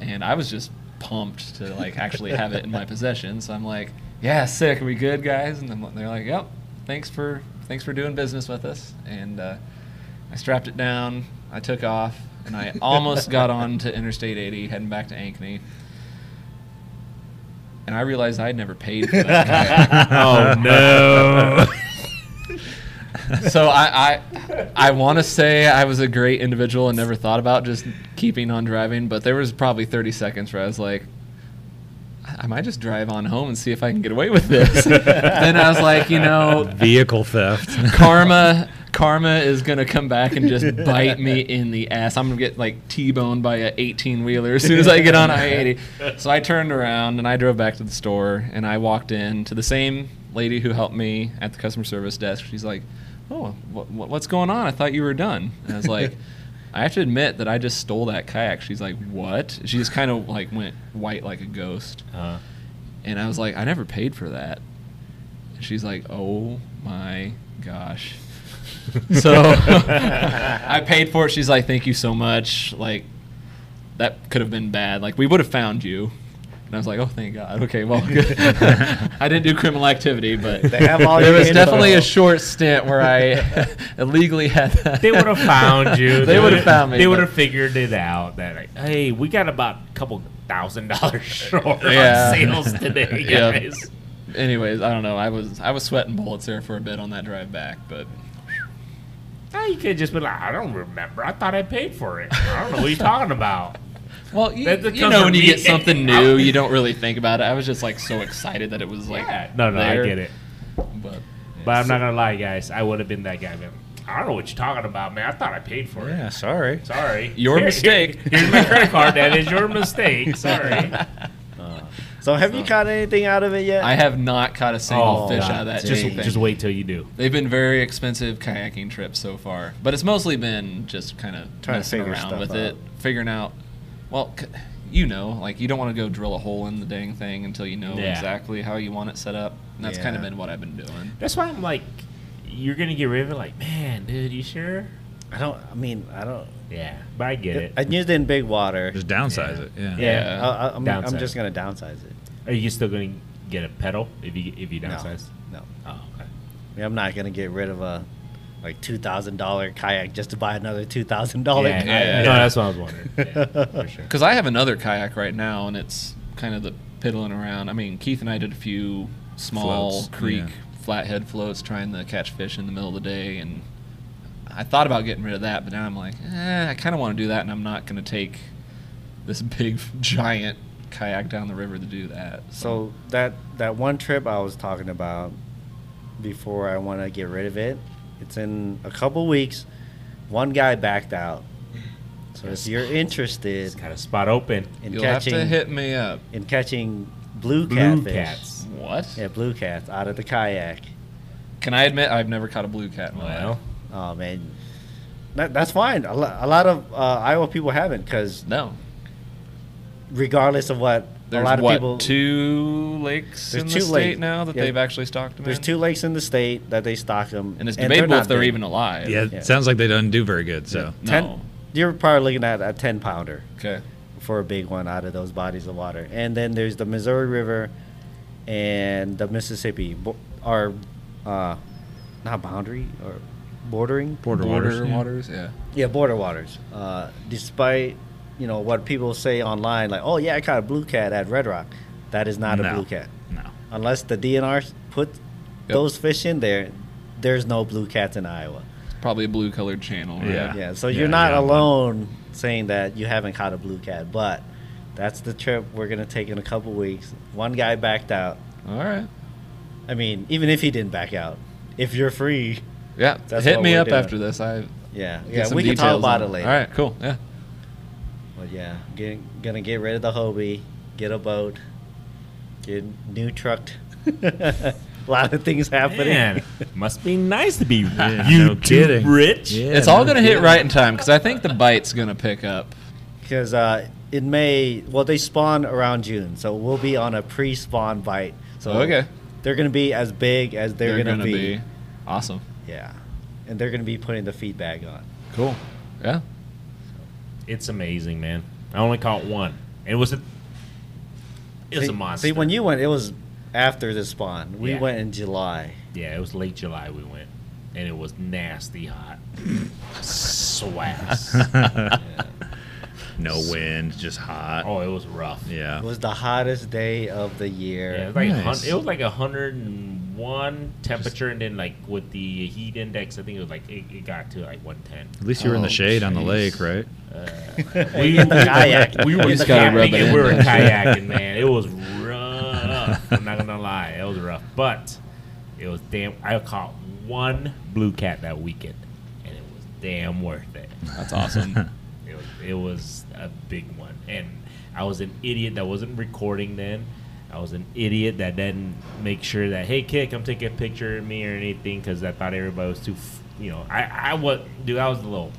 And I was just pumped to like actually have it in my possession. So I'm like, yeah, sick. Are we good, guys? And I'm, they're like, yep. Thanks for thanks for doing business with us. And uh, I strapped it down. I took off, and I almost got on to Interstate 80, heading back to Ankeny. And I realized I had never paid for that. kayak. oh no. so I I, I want to say I was a great individual and never thought about just keeping on driving, but there was probably 30 seconds where I was like, I I might just drive on home and see if I can get away with this. then I was like, you know, Vehicle theft. karma karma is gonna come back and just bite me in the ass. I'm gonna get like T-boned by a 18 wheeler as soon as I get on I-80. So I turned around and I drove back to the store and I walked in to the same lady who helped me at the customer service desk. She's like, "Oh, wh- wh- what's going on? I thought you were done." And I was like. I have to admit that I just stole that kayak. She's like, "What?" She just kind of like went white like a ghost. Uh, And I was like, I never paid for that. And she's like, oh my gosh. So I paid for it. She's like, thank you so much. Like, that could have been bad. Like, we would have found you. And I was like, oh, thank God. Okay, well, good. I didn't do criminal activity, but They have all there your was info. definitely a short stint where I illegally had that. they would have found you. They would would've- have found me, They but- would have figured it out that like, hey, we got about a couple thousand dollars short Yeah. on sales today, Yeah. guys. Anyways, I don't know. I was I was sweating bullets there for a bit on that drive back, but Ah, you could just be like, I don't remember. I thought I paid for it. I don't know what you're talking about. Well, you, That- that you comes know from when you me. get something new, you don't really think about it. I was just like so excited that it was like yeah. No, no, there, I get it. But But I'm not gonna lie, guys. I would have been that guy. Man. I don't know what you're talking about, man. I thought I paid for it. yeah, sorry. Sorry. Your mistake. here's my credit card. That is your mistake. Sorry. so have you caught anything out of it yet? I have not caught a single Oh, fish God. out of that. just, thing. just wait till you do. They've been very expensive kayaking trips so far, but it's mostly been just kind of Trying to messing figure around stuff with out. it, figuring out. Well, c- you know, like you don't want to go drill a hole in the dang thing until you know Yeah. exactly how you want it set up. And that's kind of Yeah. been what I've been doing. That's why I'm like, you're gonna get rid of it. Like, man, dude, you sure? I don't. I mean, I don't. Yeah, but I get it. I used it in big water. Just downsize it. yeah, Yeah. Yeah. I, I, I'm, I'm Downsize. just gonna downsize it. Are you still gonna get a pedal if you if you downsize? No, no. Oh, okay. I mean, I'm not gonna get rid of a like two thousand dollar kayak just to buy another two thousand dollar yeah, kayak. yeah, yeah. No, that's what I was wondering. Yeah, for sure. Because I have another kayak right now, and it's kind of the piddling around. I mean, Keith and I did a few small Floats, creek yeah. flathead floats, trying to catch fish in the middle of the day, and I thought about getting rid of that, but now I'm like, eh, I kind of want to do that, and I'm not going to take this big giant kayak down the river to do that. So that that one trip I was talking about before I want to get rid of it, it's in a couple weeks. One guy backed out. So if you're interested It's got a spot open. in you'll catching have to hit me up. in catching blue, Blue catfish, cats. What? yeah, blue cats out of the kayak. Can I admit I've never caught a blue cat in my life? Well, Oh man, that, that's fine. A, lo- a lot of uh, Iowa people haven't because No. regardless of what There's a lot what of people two lakes There's in two the state lakes. now that Yeah. they've actually stocked them. there's in? two lakes in the state that they stock them, and it's debatable if they're even. even alive. Yeah, it Yeah. sounds like they don't do very good. So No. You're probably looking at a ten pounder Okay. for a big one out of those bodies of water, and then there's the Missouri River and the Mississippi bo- are uh, not boundary or bordering. border, waters. yeah. waters. Yeah. Yeah, border waters. Uh, despite you know what people say online, like oh yeah, I caught a blue cat at Red Rock. That is not a No. blue cat No, unless the DNR put those fish in there. There's no blue cats in Iowa. It's probably a blue colored channel. Right? Yeah. Yeah, so Yeah, you're not yeah, but- alone saying that you haven't caught a blue cat, but that's the trip we're gonna take in a couple weeks. One guy backed out. All right. I mean, even if he didn't back out, if you're free, Yeah. That's Hit what me we're up doing. after this. I yeah, get yeah, some we can talk details about on it later. All right. Cool. Yeah. But yeah, getting, gonna get rid of the Hobie, get a boat, get new trucked. a lot of things happening. man, must be nice to be Yeah, you no kidding. rich. Yeah. it's all no gonna hit kidding. right in time because I think the bite's gonna pick up. Because uh, in May, well, they spawn around June, so we'll be on a pre-spawn bite. So Okay. they're gonna be as big as they're, gonna, be. awesome. Yeah, and they're gonna be putting the feed bag on. Cool. Yeah. It's amazing, man. I only caught one. It was a it was see, a monster. See, when you went, it was after the spawn. We Yeah. went in July. yeah, it was late July we went, and it was nasty hot. Swass. no wind, just hot. oh, it was rough. Yeah, It was the hottest day of the year. Yeah, it was like a hun- Nice. it was like a hundred and one temperature, and then like with the heat index, I think it was like it, it got to like one ten. at least you were in Oh, the shade on the jeez. lake, right? We, In the kayak. we were You just gotta rub camping it and in, we were don't you? kayaking, man. It was rough. I'm not gonna lie, it was rough. But it was damn. I caught one blue cat that weekend, and it was damn worth it. That's awesome. It was, it was a big one, and I was an idiot that wasn't recording then. I was an idiot that didn't make sure that hey, kid, come take a picture of me or anything because I thought everybody was too, f- you know, I I was dude, I was a little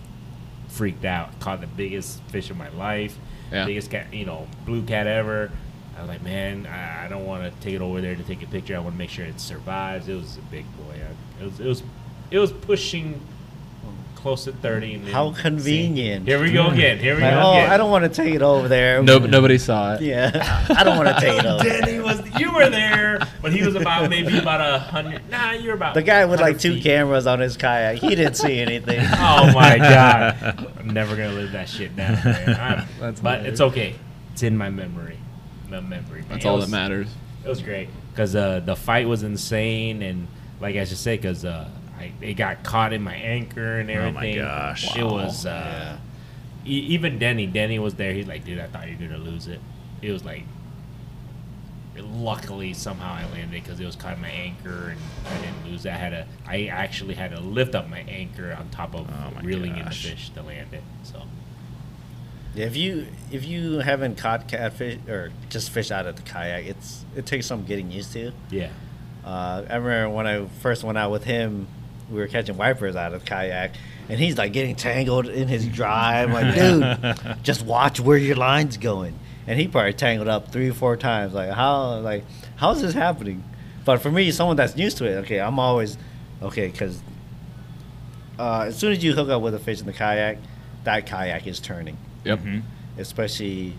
freaked out. Caught the biggest fish of my life, Yeah. biggest cat, you know, blue cat ever. I was like, man, I, I don't want to take it over there to take a picture. I want to make sure it survives. It was a big boy. I, it was it was it was pushing close to thirty. And then- How see? convenient. Here we go again. Here we Like, go oh, again. I don't want to take it over there. no, nobody saw it. Yeah, I don't want to take it over. there. Danny was you were there, but he was about maybe about a hundred. Nah, you're about The guy with like 100 two feet. cameras on his kayak, he didn't see anything. Oh my god! I'm never gonna live that shit down. Man. I'm- That's but hilarious. it's okay. It's in my memory. My memory. man. That's It all was- that matters. It was great because uh, the fight was insane, and like I should say, because uh, I it got caught in my anchor and Oh my everything. gosh. Oh, It Wow. was. Uh, e- even Denny, Denny was there. He's like, dude, I thought you were gonna lose it. It was like, luckily somehow I landed because it was caught in my anchor and I didn't lose. it. I had a, I actually had to lift up my anchor on top of Oh my reeling gosh. Oh in the fish to land it. So If you if you haven't caught catfish or just fish out of the kayak, it's it takes some getting used to. yeah, Uh, I remember when I first went out with him, we were catching wipers out of the kayak, and he's like getting tangled in his dry. I'm like, dude, just watch where your line's going. And he probably tangled up three or four times. Like, how like how is this happening? But for me, someone that's used to it, okay, I'm always okay because uh, as soon as you hook up with a fish in the kayak, that kayak is turning Yep. Mm-hmm. especially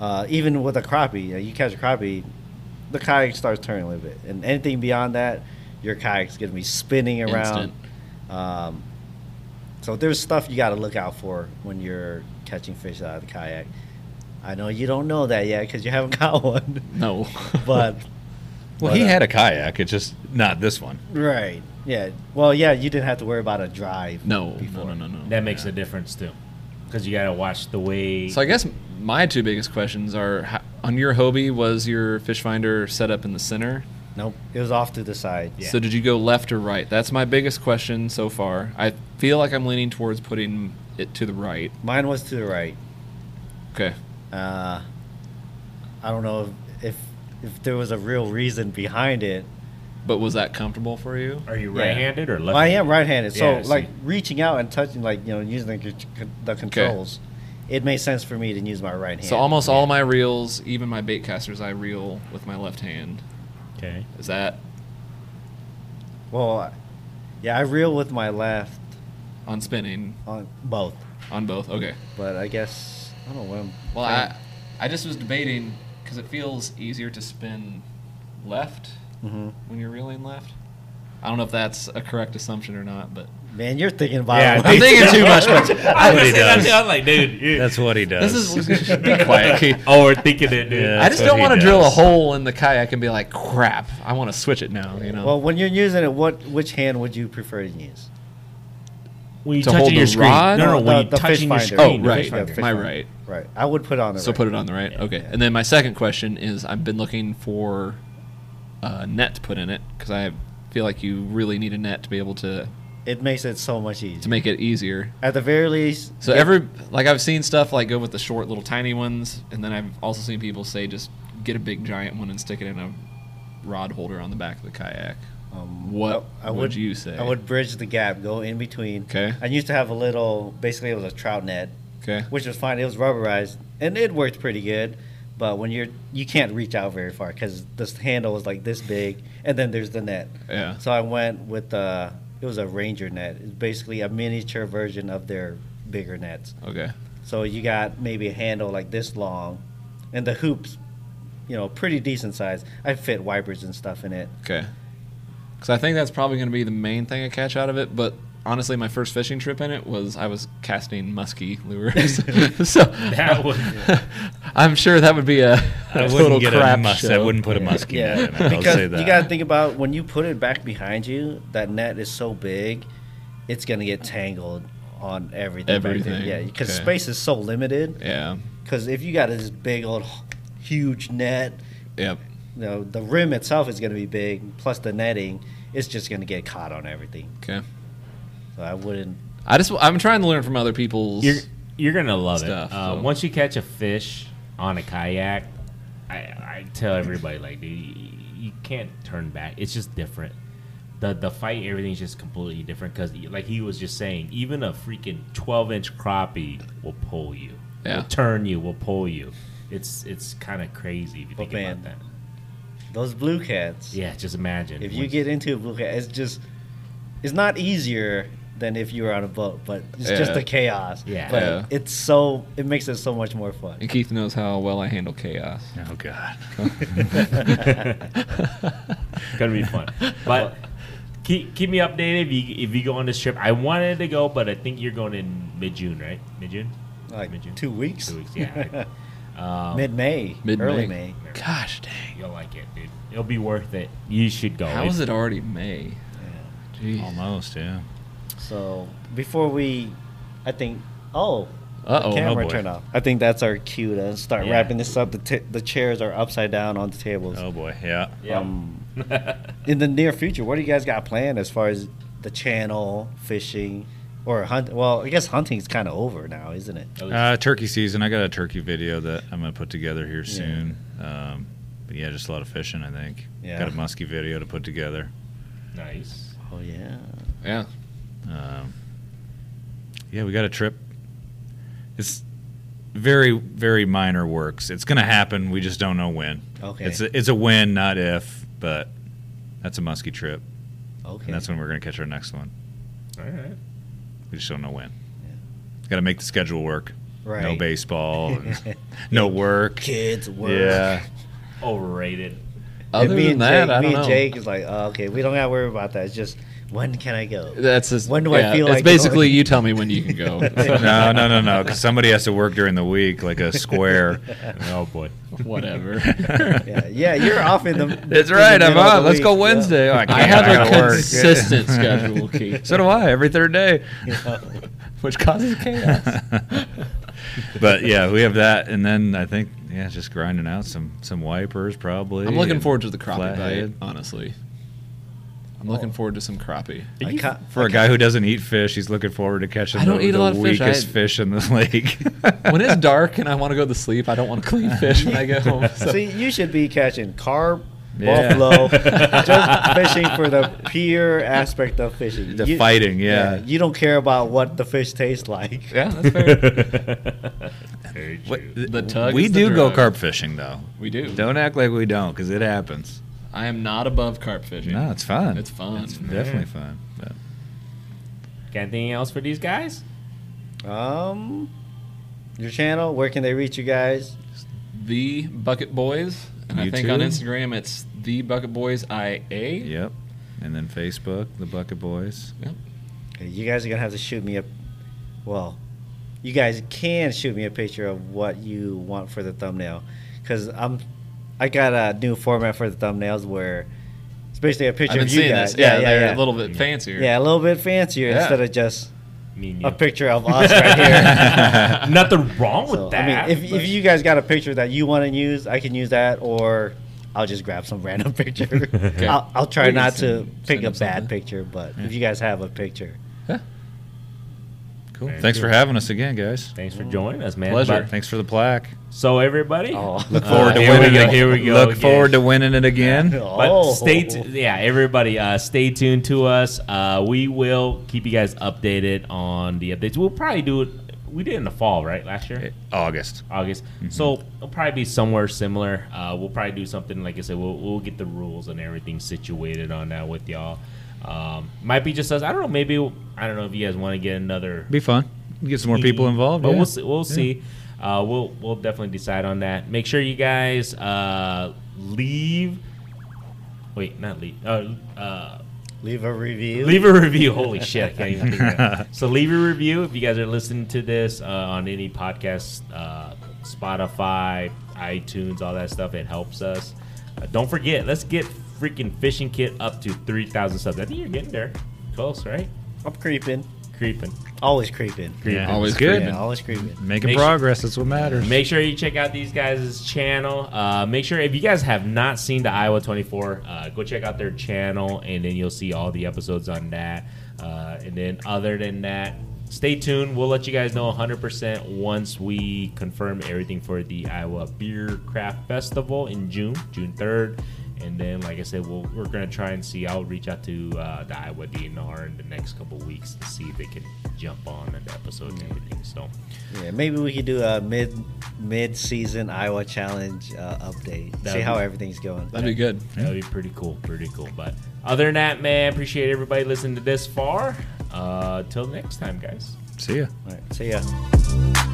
uh, even with a crappie. uh, You catch a crappie, the kayak starts turning a little bit, and anything beyond that, your kayak's gonna be spinning around. Instant. Um, so there's stuff you got to look out for when you're catching fish out of the kayak. I know you don't know that yet because you haven't caught one, No. but Well, But, he uh, had a kayak. It's just not this one. right. Yeah. Well, yeah, you didn't have to worry about a drive. No, Before. no, no, no, no. That makes a difference too, because you gotta watch the way. So I guess my two biggest questions are: ho- on your Hobie, was your fish finder set up in the center? Nope. It was off to the side. Yeah. So did you go left or right? That's my biggest question so far. I feel like I'm leaning towards putting it to the right. Mine was to the right. Okay. Uh, I don't know if, if if there was a real reason behind it. But was that comfortable for you? Are you Yeah. right-handed or left? I am right-handed, so Yeah, I see. like reaching out and touching, like you know, using the, con- the controls, it made sense for me to use my right hand. So almost all my reels, even my bait casters, I reel with my left hand. Okay. Is that Well, I- yeah, I reel with my left on spinning on both, on both? Okay. but I guess I don't know what I'm. Well, trying- I, I just was debating because it feels easier to spin left Mhm. when you're reeling left. I don't know if that's a correct assumption or not, but man, you're thinking about. Yeah, it. I I'm thinking too much. I was but Nobody saying that does. too. I'm like, dude, you- That's what he this does. is be quiet, Oh, Keith. overthinking it, dude. Yeah. I That's just what don't he want to drill a does. hole in the kayak and be like, crap, I want to switch it now. You know, well, when you're using it, what which hand would you prefer to use? When you To touching hold your the screen, no, rod? no, No, when the- you the fish touching your finder. screen, Oh, the right. fish Yeah, finder. fish my finder. right. Right, I would put it on the. so right. put it on the right. Okay, yeah. and then my second question is, I've been looking for a net to put in it because I feel like you really need a net to be able to It makes it so much easier. to make it easier. At the very least, So every like I've seen stuff like go with the short little tiny ones, and then I've also seen people say just get a big giant one and stick it in a rod holder on the back of the kayak. um, What would you say? I would bridge the gap, go in between. Okay. I used to have a little, basically it was a trout net, Okay. which was fine. It was rubberized, and it worked pretty good. But when you're, you can't reach out very far because this handle is like this big, and then there's the net. Yeah. So I went with uh it was a ranger net. It's basically a miniature version of their bigger nets. Okay. So you got maybe a handle like this long, and the hoops, you know, pretty decent size. I fit wipers and stuff in it. Okay. Because I think that's probably going to be the main thing I catch out of it. But honestly, my first fishing trip in it was I was casting musky lures. so That would- I'm sure that would be a, I a total wouldn't get a crap mus- I show. wouldn't put a muskie Yeah, net in it. I'll because say that. you got to think about when you put it back behind you, that net is so big, it's gonna get tangled on everything. back there. Everything, yeah, because okay. space is so limited. Yeah. Because if you got this big old huge net, Yep. you know, the rim itself is gonna be big, plus the netting, it's just gonna get caught on everything. Okay. So I wouldn't. I just I'm trying to learn from other people's. You're you're gonna love Stuff, it. Uh, so- Once you catch a fish on a kayak, I, I tell everybody like, dude, you, you can't turn back. It's just different. The the fight, everything's just completely different because like he was just saying, even a freaking twelve inch crappie will pull you. Yeah. Will turn you. Will pull you. It's it's kind of crazy if you But think man, about that. Those blue cats. Yeah, just imagine If once- you get into a blue cat, it's just, it's not easier than if you were on a boat, but it's just Yeah. the chaos. Yeah. But Yeah. it's so, it makes it so much more fun. and Keith knows how well I handle chaos. Oh God. gonna be fun. But keep keep me updated if you if you go on this trip. I wanted to go, but I think you're going in mid June, right? Mid June, Like Mid-June? two weeks? two weeks. Yeah, um, Mid May. Mid-May. Early May. Gosh dang. you'll like it, dude. It'll be worth it. You should go. How is it already May? Oh, Jeez. Almost, yeah. So before we, I think, oh, Uh the oh. camera boy. turned off. I think that's our cue to start Yeah. wrapping this up. The, t- the chairs are upside down on the tables. Oh boy, yeah. Yeah. Um, in the near future, what do you guys got planned as far as the channel, fishing, or hunt? Well, I guess hunting's kind of over now, isn't it? Uh, turkey season. I got a turkey video that I'm gonna put together here soon. Um, but yeah, just a lot of fishing. I think. Yeah. Got a muskie video to put together. nice. Oh yeah. Yeah. Um, yeah, we got a trip. It's very, very minor works. It's gonna happen. We just don't know when. Okay. It's a, it's a when, not if. But that's a muskie trip, Okay. and that's when we're gonna catch our next one. All right. We just don't know when. Yeah. Got to make the schedule work. right. No baseball. and no work. Kids work. Yeah. Overrated. Other me and than that, Jake, I me don't and know. Jake is like, oh, okay, we don't gotta worry about that. It's just when can I go? That's just, When do I feel it's like basically going? you tell me when you can go. no, no, no, no. Because somebody has to work during the week, like a square. Oh boy. Whatever. yeah, yeah, you're off in the. That's in the right. I'm middle of on. the Let's week. go Yeah. Wednesday. Oh, I, I can't, have I a gotta work. consistent schedule, Keith. so do I. Every third day. which causes chaos. but yeah, we have that, and then I think yeah, just grinding out some some wipers probably. I'm looking and forward to the crappie bite, flathead. honestly. I'm looking forward to some crappie. I can't- For a guy who doesn't eat fish, he's looking forward to catching I don't the, eat a the lot of fish. I- weakest fish in the lake. When it's dark and I want to go to sleep, I don't want to clean fish when I get home. So. See, you should be catching carp, Yeah. buffalo, just fishing for the pure aspect of fishing. The fighting, yeah. You don't care about what the fish tastes like. yeah, that's fair. Very What- true. The tug we is the do go drug. carp fishing though. We do. Don't act like we don't, because it happens. I am not above carp fishing. No, it's fun. It's fun. It's definitely fun. But Got anything else for these guys? Um, your channel. Where can they reach you guys? The Bucket Boys. And I think YouTube? on Instagram it's the Bucket Boys IA. Yep. And then Facebook, the Bucket Boys. You guys are gonna have to shoot me a. Well, you guys can shoot me a picture of what you want for the thumbnail, because I'm, I got a new format for the thumbnails where it's basically a I've picture been of you seeing guys. this. Yeah, they're a little bit fancier. yeah, a little bit fancier Yeah. instead of just Me and a you. picture of us right here. Nothing wrong with So, I that. mean, if, but- if you guys got a picture that you want to use, I can use that, or I'll just grab some random picture. I'll, I'll We try can not to send- pick send a them something. bad picture, but if you guys have a picture, Cool. Very Thanks for cool. having us again, guys. Thanks for joining us, man. Pleasure. But- Thanks for the plaque. so everybody, oh, Look Uh, forward to here we winning go, it. here we go Look again. forward to winning it again. But Oh. stay, t- yeah, everybody, uh, stay tuned to us. Uh, we will keep you guys updated on the updates. We'll probably do it. We did it in the fall, right? Last year, August. August. Mm-hmm. So it'll probably be somewhere similar. Uh, we'll probably do something like I said. We'll we'll get the rules and everything situated on that with y'all. Um, might be just us. I don't know. Maybe I don't know if you guys want to get another Be fun. Get some more people involved. Mm-hmm. but yeah. we'll see, we'll see. Uh, we'll we'll definitely decide on that. Make sure you guys uh, leave. Wait, not leave. Uh, uh, leave a review. leave a review. Holy shit! I can't even think of that. So leave a review if you guys are listening to this uh, on any podcast, uh, Spotify, iTunes, all that stuff. It helps us. Uh, don't forget. Let's get freaking fishing kit up to three thousand subs. I think you're getting there. Close, right? I'm creeping, Creeping. always creeping. Yeah, Always it's good. Yeah, always creeping. Making Make sure- progress. That's what matters. Make sure you check out these guys' channel. Uh, make sure if you guys have not seen the Iowa 24, uh, go check out their channel, and then you'll see all the episodes on that. Uh, and then other than that, stay tuned. We'll let you guys know 100% once we confirm everything for the Iowa Beer Craft Festival in June, June 3rd. And then, like I said, we'll, we're going to try and see. I'll reach out to uh, the Iowa DNR in the next couple weeks to see if they can jump on an episode and everything. So. Yeah, maybe we could do a mid mid season Iowa challenge uh, update. See That'd how be- everything's going. That'd be good. That would be pretty cool. Pretty cool. But other than that, man, appreciate everybody listening to this far. Uh, till next time, guys. See ya. All right, see ya.